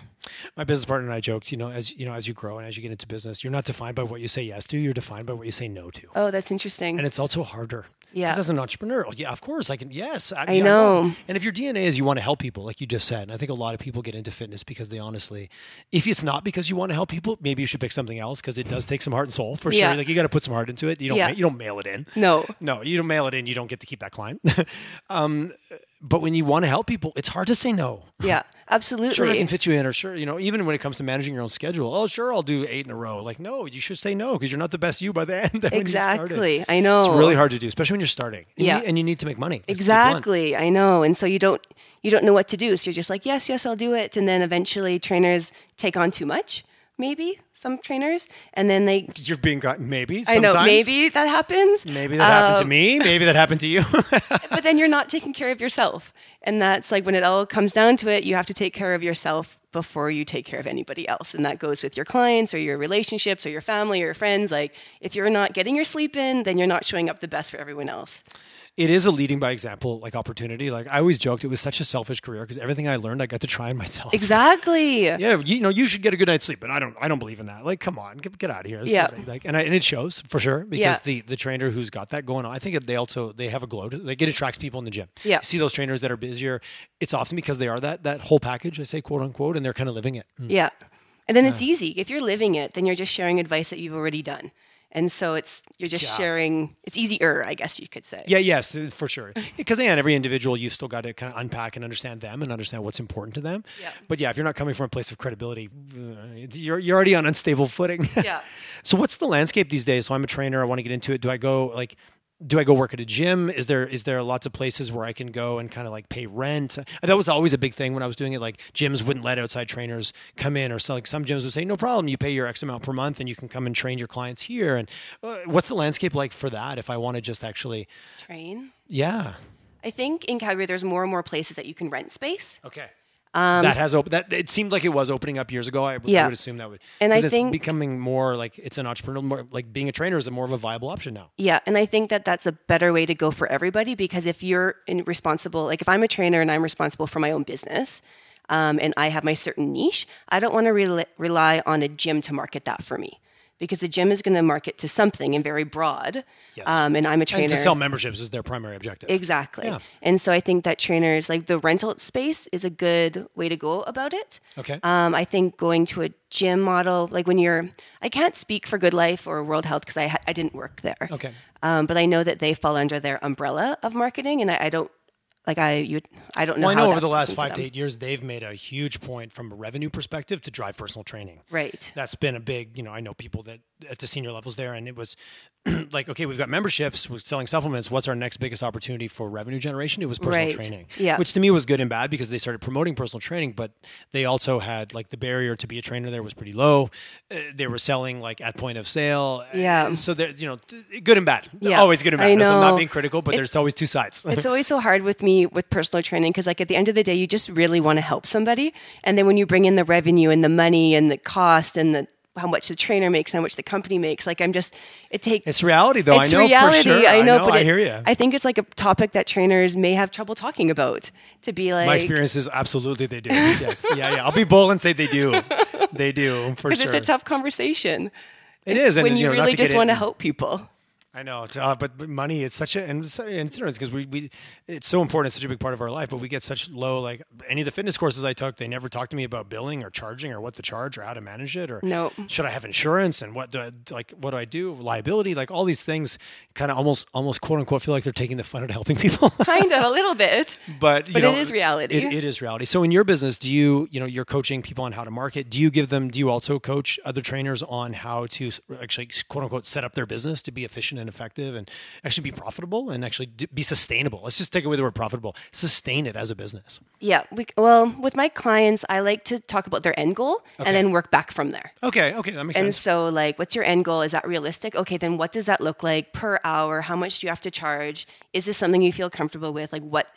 S1: My business partner and I joked, you know, as you know, as you grow and as you get into business, you're not defined by what you say yes to. You're defined by what you say no to.
S2: Oh, that's interesting.
S1: and it's also harder.
S2: Yeah.
S1: 'Cause as an entrepreneur, oh, yeah, of course I can. Yes, I,
S2: know.
S1: love- and if your DNA is you want to help people, like you just said, and I think a lot of people get into fitness because they honestly, if it's not because you want to help people, maybe you should pick something else because it does take some heart and soul for
S2: Yeah.
S1: sure. Like you got to put some heart into it. You don't.
S2: Yeah.
S1: ma- You don't mail it in.
S2: no,
S1: No, you don't mail it in. You don't get to keep that client. um, but when you want to help people, it's hard to say no.
S2: yeah, absolutely.
S1: Sure, I can fit you in, or sure, you know, even when it comes to managing your own schedule. Oh, sure, I'll do eight in a row. Like, no, you should say no because you're not the best you by the end. when you started.
S2: Exactly. I know.
S1: It's really hard to do, especially when you're starting. And
S2: Yeah.
S1: you, and you need to make money. It's the blunt.
S2: Exactly. I know. And so you don't you don't know what to do. So you're just like, yes, yes, I'll do it. And then eventually trainers take on too much, maybe some trainers. And then they
S1: You're being got maybe.
S2: I know,
S1: sometimes.
S2: maybe Um, that happens. Uh,
S1: Maybe that happened to me. Maybe that happened to you.
S2: But then you're not taking care of yourself. And that's like when it all comes down to it, you have to take care of yourself before you take care of anybody else. And that goes with your clients or your relationships or your family or your friends. Like if you're not getting your sleep in, then you're not showing up the best for everyone else.
S1: it is a leading by example like opportunity. Like I always joked, it was such a selfish career because everything I learned, I got to try on myself.
S2: Exactly.
S1: Yeah, you, know, you should get a good night's sleep, but I don't. I don't believe in that. Like, come on, get, get out of here. That's
S2: Yeah.
S1: silly. Like, and I, and it shows for sure because
S2: Yeah.
S1: the the trainer who's got that going on, I think they also they have a glow. To, like, it attracts people in the gym.
S2: Yeah.
S1: You see those trainers that are busier. It's often because they are that that whole package. I say quote unquote, and they're kind of living it.
S2: Yeah. And then it's easy. If you're living it, then you're just sharing advice that you've already done. And so it's you're just sharing it's easier, I guess you could say.
S1: Yeah, yes, uh, for sure. Because again, every individual, you've still got to kind of unpack and understand them and understand what's important to them.
S2: Yeah.
S1: But yeah, if you're not coming from a place of credibility, uh, it's- you're, you're already on unstable footing.
S2: Yeah.
S1: so what's the landscape these days? So I'm a trainer. I want to get into it. Do I go like, do I go work at a gym? Is there is there lots of places where I can go and kind of like pay rent? And that was always a big thing when I was doing it. Like gyms wouldn't let outside trainers come in, or so like some gyms would say, no problem, you pay your X amount per month, and you can come and train your clients here. And uh, what's the landscape like for that? If I want to just actually,
S2: Train.
S1: yeah,
S2: I think in Calgary, there's more and more places that you can rent space.
S1: okay. that has opened. That it seemed like it was opening up years ago. I, would- I
S2: Um, Yeah.
S1: would assume that would,
S2: And I
S1: 'cause it's
S2: think-
S1: becoming more like it's an entrepreneur, more, like being a trainer is a more of a viable option now.
S2: Yeah, and I think that that's a better way to go for everybody because if you're in responsible, like if I'm a trainer and I'm responsible for my own business, um, and I have my certain niche, I don't want to rel rely on a gym to market that for me because the gym is going to market to something and very broad.
S1: Yes.
S2: Um, and I'm a trainer.
S1: And to sell memberships is their primary objective.
S2: Exactly.
S1: Yeah.
S2: And so I think that trainers, like the rental space, is a good way to go about it.
S1: Okay.
S2: Um, I think going to a gym model, like when you're, I can't speak for Good Life or World Health because I, ha- I didn't work there.
S1: Okay.
S2: Um, but I know that they fall under their umbrella of marketing, and I, I don't, like I you, I don't know.
S1: Well, I
S2: how
S1: know over
S2: that's
S1: the last
S2: working for
S1: five to
S2: them.
S1: eight years, they've made a huge point from a revenue perspective to drive personal training.
S2: Right.
S1: That's been a big, you know, I know people that at the senior levels there, and it was like, okay, we've got memberships, we're selling supplements. What's our next biggest opportunity for revenue generation? It was personal
S2: Right.
S1: training,
S2: Yeah.
S1: which to me was good and bad because they started promoting personal training, but they also had like the barrier to be a trainer there was pretty low. Uh, they were selling like at point of sale. Uh,
S2: Yeah.
S1: So they're, you know, t- good and bad.
S2: Yeah.
S1: Always good and
S2: I
S1: bad. So I'm not
S2: know.
S1: being critical, but there's always two sides.
S2: it's always so hard with me with personal training because like at the end of the day you just really want to help somebody and then when you bring in the revenue and the money and the cost and the how much the trainer makes how much the company makes like i'm just it takes
S1: It's reality, though.
S2: it's
S1: I know
S2: reality
S1: for sure.
S2: i know but
S1: I
S2: it-
S1: hear you.
S2: i think it's like a topic that trainers may have trouble talking about to be like
S1: My experience is absolutely they do. Yes. Yeah, yeah. I'll be bold and say they do. They do for
S2: 'cause
S1: sure.
S2: it's a tough conversation
S1: it is, and
S2: when you,
S1: know, not
S2: really
S1: to
S2: just
S1: get
S2: want to
S1: in-
S2: help people
S1: I know, it's, uh, but but money it's such a and it's, and it's interesting because we, we it's so important, it's such a big part of our life. But we get such low like any of the fitness courses I took, they never talked to me about billing or charging or what to charge or how to manage it or
S2: No.
S1: should I have insurance and what do I, like what do I do liability like all these things kind of almost almost quote unquote feel like they're taking the fun out of helping people.
S2: kind of a little bit
S1: but you
S2: But it
S1: know,
S2: is reality.
S1: It, it is reality. So in your business, do you you know you're coaching people on how to market? Do you give them? Do you also coach other trainers on how to s- actually quote unquote set up their business to be efficient and effective and actually be profitable and actually d- be sustainable? Let's just take away the word profitable. Sustain it as a business.
S2: yeah we, well with my clients i like to talk about their end goal
S1: Okay.
S2: and then work back from there
S1: Okay, okay, that makes
S2: And
S1: sense.
S2: so, like, what's your end goal? Is that realistic? Okay, then what does that look like per hour? How much do you have to charge? Is this something you feel comfortable with? Like, what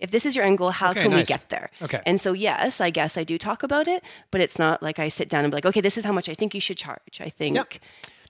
S2: if this is your end goal? How
S1: Okay,
S2: can
S1: nice.
S2: we get there?
S1: Okay.
S2: And so, yes, I guess I do talk about it, but it's not like I sit down and be like, okay, this is how much I think you should charge. I think.
S1: Yep.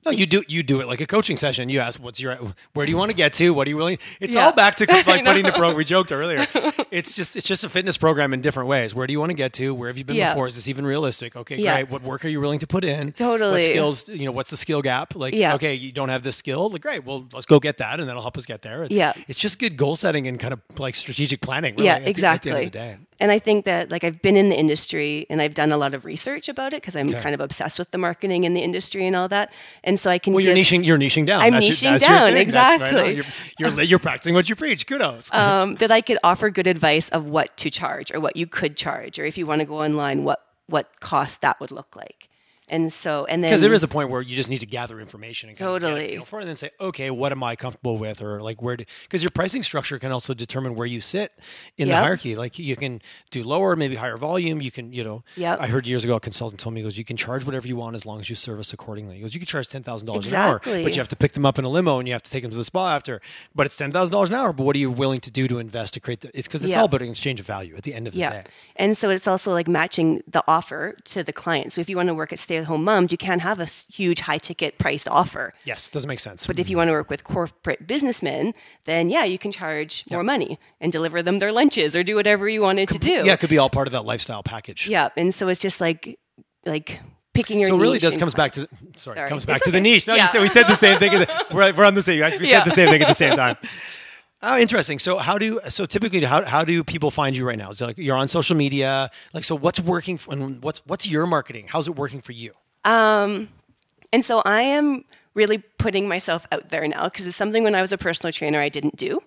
S1: No, you do you do it like a coaching session. You ask, "What's your where do you want to get to? What are you willing?" It's
S2: Yeah.
S1: all back to
S2: I
S1: like
S2: know.
S1: putting the program. We joked earlier. It's just it's just a fitness program in different ways. Where do you want to get to? Where have you been
S2: Yeah.
S1: before? Is this even realistic? Okay,
S2: Yeah.
S1: great. What work are you willing to put in? What
S2: Totally.
S1: skills? You know, what's the skill gap? Like,
S2: Yeah.
S1: okay, you don't have this skill. Like, great. Well, let's go get that, and that'll help us get there. And
S2: Yeah.
S1: It's just good goal setting and kind of like strategic planning. Really,
S2: yeah,
S1: at the-
S2: exactly.
S1: At the, end of the day.
S2: And I think that like I've been in the industry and I've done a lot of research about it because I'm kind of obsessed with the marketing and the industry and all that. And so I can
S1: Well,
S2: give,
S1: you're niching. You're niching down.
S2: I'm
S1: that's
S2: niching
S1: your, that's your
S2: down,
S1: thing. That's right on.
S2: exactly.
S1: You're, you're you're practicing what you preach. Kudos.
S2: um, that I could offer good advice of what to charge or what you could charge or if you want to go online, what what cost that would look like. And so, and then
S1: because there is a point where you just need to gather information and kind of get a
S2: Totally.
S1: feel for it and then say okay what am i comfortable with or like where because your pricing structure can also determine where you sit in the
S2: Yep.
S1: hierarchy like you can do lower maybe higher volume you can you know
S2: Yep.
S1: i heard years ago a consultant told me he goes you can charge whatever you want as long as you service accordingly he goes you can charge $10000 an hour
S2: Exactly.
S1: but you have to pick them up in a limo and you have to take them to the spa after but it's $10000 an hour but what are you willing to do to invest to create the it's because it's
S2: Yeah.
S1: all about an exchange of value at the end of the
S2: yeah.
S1: day
S2: And so it's also like matching the offer to the client. So if you want to work at stay at home moms, you can't have a s- huge high ticket priced offer.
S1: yes doesn't make sense
S2: But if you want to work with corporate businessmen, then yeah, you can charge more money and deliver them their lunches or do whatever you wanted to do.
S1: yeah it could be all part of that lifestyle package
S2: Yeah. And so it's just like, like picking your
S1: So it really
S2: niche
S1: does
S2: and
S1: comes back to sorry,
S2: Sorry.
S1: comes back
S2: It's
S1: to the
S2: okay.
S1: niche. No, you
S2: Yeah.
S1: said, we said the same thing. at the- We're, we're on the same. Actually, we said
S2: Yeah.
S1: the same thing at the same time. Oh, interesting. So how do so typically how, how do people find you right now? So like you're on social media. Like so, what's working for, and what's what's your marketing? How's it working for you?
S2: And so I am really putting myself out there now because it's something when I was a personal trainer I didn't do.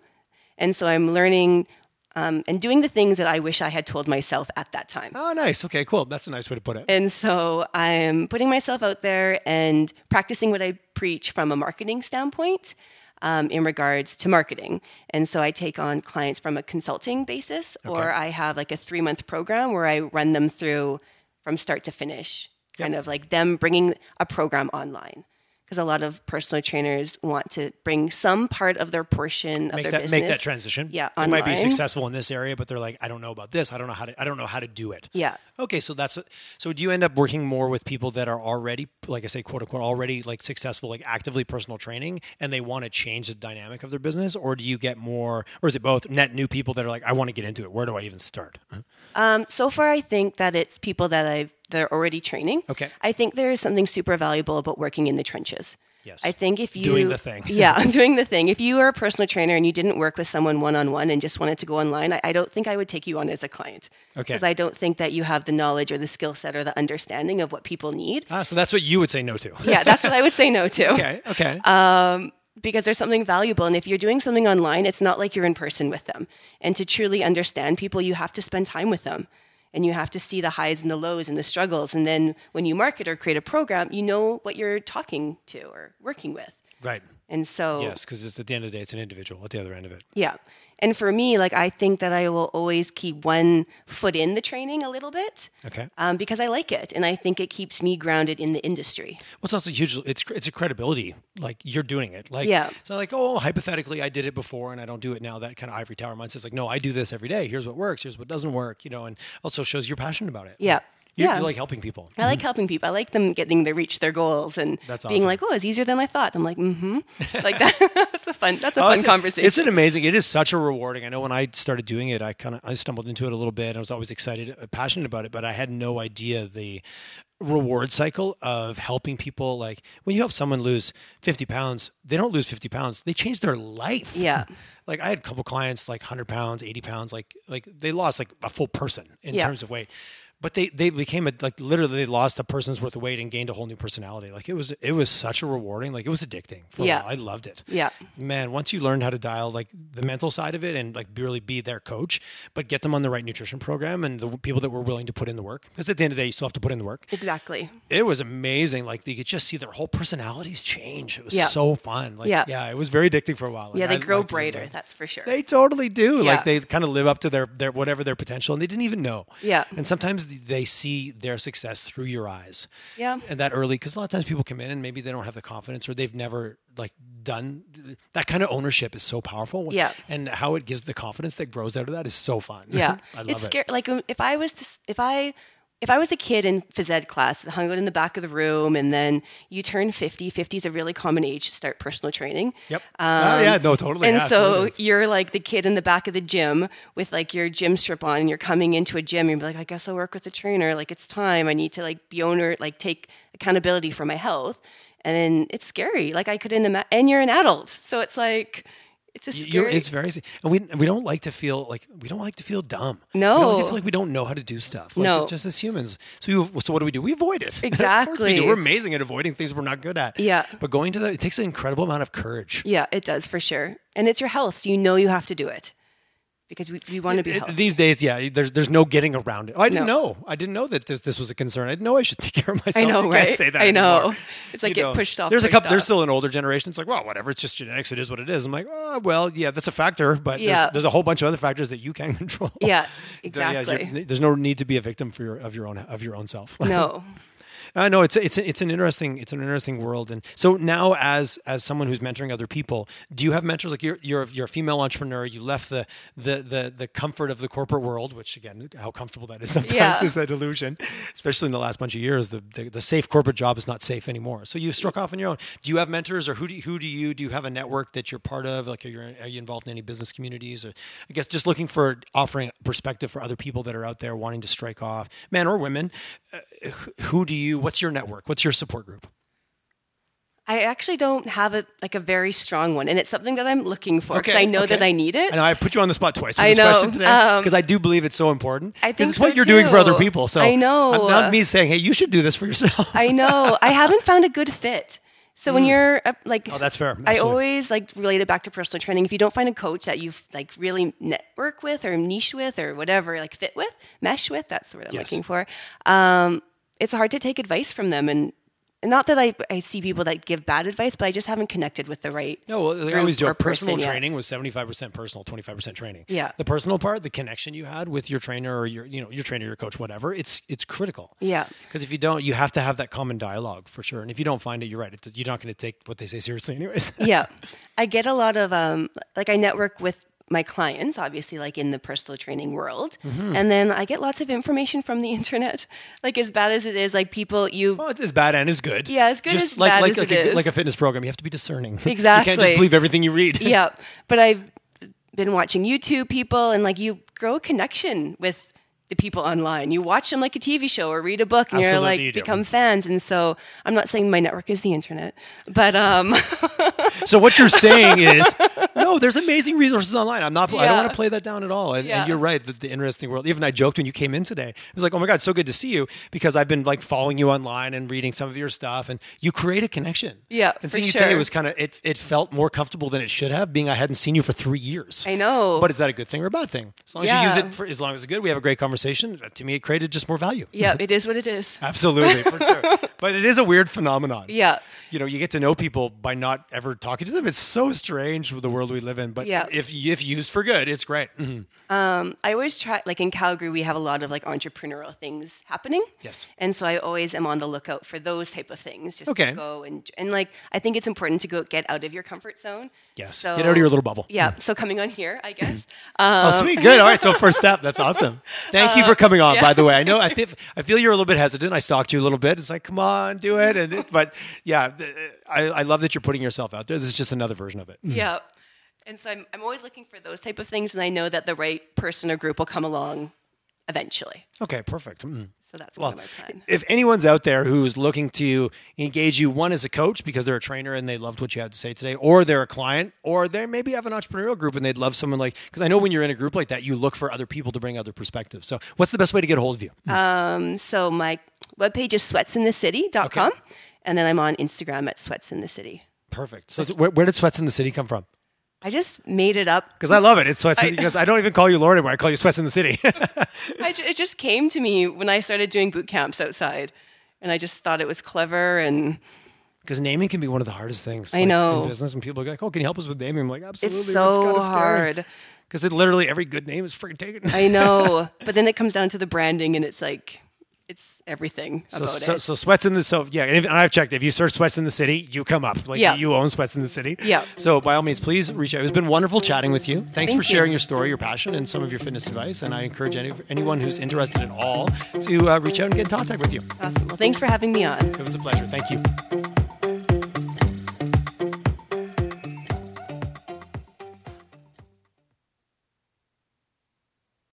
S2: And so I'm learning um, and doing the things that I wish I had told myself at that time.
S1: Oh, nice. Okay, cool. That's a nice way to put it.
S2: And so I'm putting myself out there and practicing what I preach from a marketing standpoint. um, in regards to marketing. And so I take on clients from a consulting basis, or I have like a three month program where I run them through from start to finish, kind of like them bringing a program online. Because a lot of personal trainers want to bring some part of their portion of
S1: Make
S2: their
S1: that,
S2: business.
S1: make that transition.
S2: Yeah,
S1: They might be
S2: online.
S1: successful in this area, but they're like, I don't know about this. I don't know how to. I don't know how to do it.
S2: Yeah.
S1: Okay, so that's so. Do you end up working more with people that are already, like I say, quote unquote, already like successful, like actively personal training, and they want to change the dynamic of their business, or do you get more, or is it both net new people that are like, I want to get into it. Where do I even start?
S2: Um, so far, I think that it's people that I've that are already training.
S1: Okay.
S2: I think there is something super valuable about working in the trenches.
S1: Yes.
S2: I think if you
S1: Doing the thing.
S2: yeah, I'm doing the thing. If you are a personal trainer and you didn't work with someone one on one and just wanted to go online, I, I don't think I would take you on as a client.
S1: Okay.
S2: Because I don't think that you have the knowledge or the skill set or the understanding of what people need.
S1: Ah, so that's what you would say no to.
S2: yeah, that's what I would say no to.
S1: Okay. Okay.
S2: Because there's something valuable. And if you're doing something online, it's not like you're in person with them. And to truly understand people, you have to spend time with them. And you have to see the highs and the lows and the struggles. And then when you market or create a program, you know what you're talking to or working with.
S1: right.
S2: And so
S1: Yes, because it's at the end of the day, it's an individual at the other end of it.
S2: yeah. And for me, like I think that I will always keep one foot in the training a little bit
S1: Okay.
S2: um, because I like it, and I think it keeps me grounded in the industry.
S1: Well, it's also huge. It's it's a credibility. Like you're doing it. Like
S2: Yeah.
S1: It's not like oh, hypothetically, I did it before and I don't do it now. That kind of ivory tower mindset. It's like no, I do this every day. Here's what works. Here's what doesn't work. You know, and also shows you're passionate about it.
S2: Yeah.
S1: You,
S2: Yeah.
S1: you like helping people.
S2: I like helping people. I like them getting to reach their goals and
S1: Mm-hmm. That's
S2: being
S1: awesome.
S2: like, "Oh, it's easier than I thought." I'm like, "Mm-hmm." Like that. that's a fun. That's a fun
S1: it's Oh, a-
S2: conversation.
S1: it's an amazing. It is such a rewarding. I know when I started doing it, I kind of I stumbled into it a little bit. I was always excited, uh, passionate about it, but I had no idea the reward cycle of helping people. Like when you help someone lose fifty pounds, they don't lose fifty pounds; they change their life.
S2: Yeah.
S1: Like I had a couple clients, like hundred pounds, eighty pounds, like like they lost like a full person in
S2: Yeah.
S1: terms of weight. But they, they became a, like literally they lost a person's worth of weight and gained a whole new personality. Like it was it was such a rewarding like it was addicting for a
S2: Yeah.
S1: while. I loved it
S2: yeah.
S1: man, once you learn how to dial like the mental side of it and like really be their coach, but get them on the right nutrition program and the people that were willing to put in the work. Because at the end of the day, you still have to put in the work.
S2: Exactly.
S1: It was amazing. Like you could just see their whole personalities change. It was
S2: Yeah.
S1: so fun. Like yeah.
S2: Yeah.
S1: it was very addicting for a while. Like,
S2: Yeah, they
S1: I
S2: grow
S1: liked it a lot.
S2: brighter. That's for sure.
S1: They totally do.
S2: Yeah.
S1: Like they kind of live up to their, their whatever their potential, and they didn't even know.
S2: Yeah.
S1: And sometimes th- they see their success through your eyes.
S2: Yeah.
S1: And that early, because a lot of times people come in and maybe they don't have the confidence or they've never like done that kind of ownership is so powerful.
S2: Yeah.
S1: And how it gives the confidence that grows out of that is so fun.
S2: Yeah,
S1: I love
S2: it's
S1: it.
S2: scary. Like um, if I was to, s- if I if I was a kid in phys ed class that hung out in the back of the room, and then you turn 50, 50 is a really common age to start personal training. Um,
S1: Yep. Ah, yeah, no, totally.
S2: And
S1: Yeah,
S2: so
S1: absolutely.
S2: you're like the kid in the back of the gym with like your gym strip on, and you're coming into a gym, and you're like, I guess I'll work with a trainer. Like it's time. I need to like be owner, like take accountability for my health. And then it's scary. Like I couldn't imagine. And you're an adult, so it's like it's a
S1: You-
S2: scary.
S1: you- it's very, and we we don't like to feel like we don't like to feel dumb. we don't like to
S2: No.
S1: feel like we don't know how to do stuff. Like,
S2: No.
S1: just as humans. So you, so what do we do? We avoid it. Of course we do.
S2: Exactly.
S1: We're amazing at avoiding things we're not good at.
S2: Yeah.
S1: but going to that it takes an incredible amount of courage.
S2: Yeah, it does for sure. And it's your health, so you know you have to do it because we, we want to be
S1: It-
S2: healthy.
S1: these days, yeah, there's there's no getting around it. Oh, I didn't
S2: No.
S1: know. I didn't know that this, this was a concern. I didn't know I should take care of myself.
S2: I know,
S1: You
S2: right?
S1: Can't say that
S2: I know.
S1: anymore.
S2: It's like
S1: You
S2: get
S1: know,
S2: pushed off.
S1: There's a
S2: pushed
S1: couple. There's
S2: off.
S1: still an older generation. It's like, well, whatever. It's just genetics. It is what it is. I'm like, oh, well, yeah, that's a factor, but
S2: Yeah.
S1: there's, there's a whole bunch of other factors that you can control.
S2: yeah,
S1: So, yeah, you're-
S2: exactly.
S1: there's no need to be a victim for your of your own of your own self.
S2: no,
S1: I know it's it's it's an interesting it's an interesting world, and so now as as someone who's mentoring other people, do you have mentors like you're you're you're a female entrepreneur? You left the the the the comfort of the corporate world, which again, how comfortable that is sometimes
S2: Yeah.
S1: is that illusion, especially in the last bunch of years. The, the the safe corporate job is not safe anymore. So you struck off on your own. Do you have mentors, or who do you, who do you do you have a network that you're part of? Like, are you are you involved in any business communities, or I guess just looking for offering perspective for other people that are out there wanting to strike off, men or women who do you what's your network what's your support group
S2: I actually don't have a like a very strong one, and it's something that I'm looking for because
S1: Okay,
S2: I know that
S1: okay.
S2: I need it.
S1: and i put you on the spot twice with
S2: I
S1: this
S2: know,
S1: question today
S2: um,
S1: because i do believe it's so important
S2: I
S1: 'Cause
S2: think
S1: it's what
S2: so
S1: you're doing for other
S2: too.
S1: people so
S2: I know.
S1: i'm not me saying hey you should do this for yourself
S2: I know. I haven't found a good fit. So when you're uh, like,
S1: Mm. oh that's fair
S2: I
S1: Absolutely.
S2: always like relate it back to personal training. If you don't find a coach that you like really network with or niche with or whatever, like fit with, mesh with, that's the word I'm
S1: Yes.
S2: looking for. Um, it's hard to take advice from them and not that I, I see people that give bad advice, but I just haven't connected with the right.
S1: No, well, like I
S2: group
S1: always
S2: or
S1: joke. Personal
S2: person yet.
S1: training was seventy five percent personal, twenty five percent training.
S2: Yeah.
S1: The personal part, the connection you had with your trainer or your you know your trainer, your coach, whatever, it's it's critical.
S2: Yeah.
S1: Because if you don't, you have to have that common dialogue for sure. And if you don't find it, you're right. It's, you're not going to take what they say seriously, anyways.
S2: yeah. I get a lot of um like I network with my clients obviously like in the personal training world
S1: Mm-hmm.
S2: and then I get lots of information from the internet. Like as bad as it is like people you
S1: well, it's as bad and as good.
S2: Yeah, as good
S1: Just
S2: as
S1: like
S2: bad
S1: like
S2: as
S1: like,
S2: it
S1: a,
S2: is.
S1: like a fitness program, you have to be discerning. you can't
S2: Exactly.
S1: just believe everything you read.
S2: yeah, but I've been watching YouTube people and like you grow a connection with the people online. You watch them like a TV show or read a book and
S1: Absolutely,
S2: you're like
S1: you do.
S2: become fans and so I'm not saying my network is the internet, but um
S1: So what you're saying is, no, there's amazing resources online. I'm not. I don't
S2: Yeah.
S1: want to play that down at all. And, and
S2: Yeah.
S1: you're right. The, the interesting world. Even I joked when you came in today. It was like, oh my god, so good to see you because I've been like following you online and reading some of your stuff, and you create a connection.
S2: Yeah,
S1: And
S2: for
S1: seeing you today
S2: sure.
S1: was kind of it. It felt more comfortable than it should have, being I hadn't seen you for three years.
S2: I know.
S1: But is that a good thing or a bad thing? As long as you
S2: Yeah.
S1: use it, for, as long as it's good, we have a great conversation. To me, it created just more value.
S2: yeah, it is what it is.
S1: Absolutely, for sure. But it is a weird phenomenon.
S2: Yeah.
S1: You know, you get to know people by not ever talking to them. It's so strange with the world we live in. But
S2: Yeah.
S1: if if used for good, it's great. Mhm.
S2: I always try, like in Calgary, we have a lot of like entrepreneurial things happening.
S1: Yes.
S2: And so I always am on the lookout for those type of things. Just
S1: Okay.
S2: to go and and like I think it's important to go get out of your comfort zone.
S1: Yes.
S2: So,
S1: Get out of your little bubble.
S2: Yeah. So coming on here, I guess. um, Uh,
S1: oh, sweet, good. All right, so first step. That's awesome. Thank you for coming on. By the way, I know I think I feel you're a little bit hesitant. I stalked you a little bit. It's like, come on, do it. And it- but yeah, th- I, I love that you're putting yourself out there. This is just another version of it. Mm.
S2: yeah. And so I'm I'm always looking for those type of things, and I know that the right person or group will come along eventually.
S1: Okay, perfect. Mhm.
S2: So that's
S1: Well,
S2: kind of my plan.
S1: if anyone's out there who's looking to engage you, one as a coach because they're a trainer and they loved what you had to say today, or they're a client, or they maybe have an entrepreneurial group and they'd love someone like, because I know when you're in a group like that, you look for other people to bring other perspectives. So, what's the best way to get a hold of you?
S2: Um, so my webpage is sweatsinthecity.com, and then I'm on Instagram at sweatsinthecity.
S1: Perfect. So, where, where did Sweats in the City come from?
S2: I just made it up
S1: Because I love it. It's Sweats in- because I don't even call you Lauren anymore. I call you Sweats in the City.
S2: I ju- it just came to me when I started doing boot camps outside, and I just thought it was clever. And
S1: Because naming can be one of the hardest things.
S2: I
S1: like,
S2: know.
S1: in business, and people are like, "Oh, can you help us with naming?" I'm like, "Absolutely."
S2: so hard.
S1: Because it literally every good name is freaking taken.
S2: I know, but then it comes down to the branding, and it's like it's everything
S1: So,
S2: about
S1: so,
S2: it.
S1: so sweats in the so yeah, and, if, and I've checked. If you search sweats in the city, you come up. Like
S2: Yeah.
S1: you own sweats in the city.
S2: Yeah.
S1: So by all means, please reach out. It's been wonderful chatting with you. Thanks for
S2: you.
S1: sharing your story, your passion, and some of your fitness advice. And I encourage any, anyone who's interested at all to uh, reach out and get in contact with you.
S2: Awesome. Well, thanks for having me on.
S1: It was a pleasure. Thank you.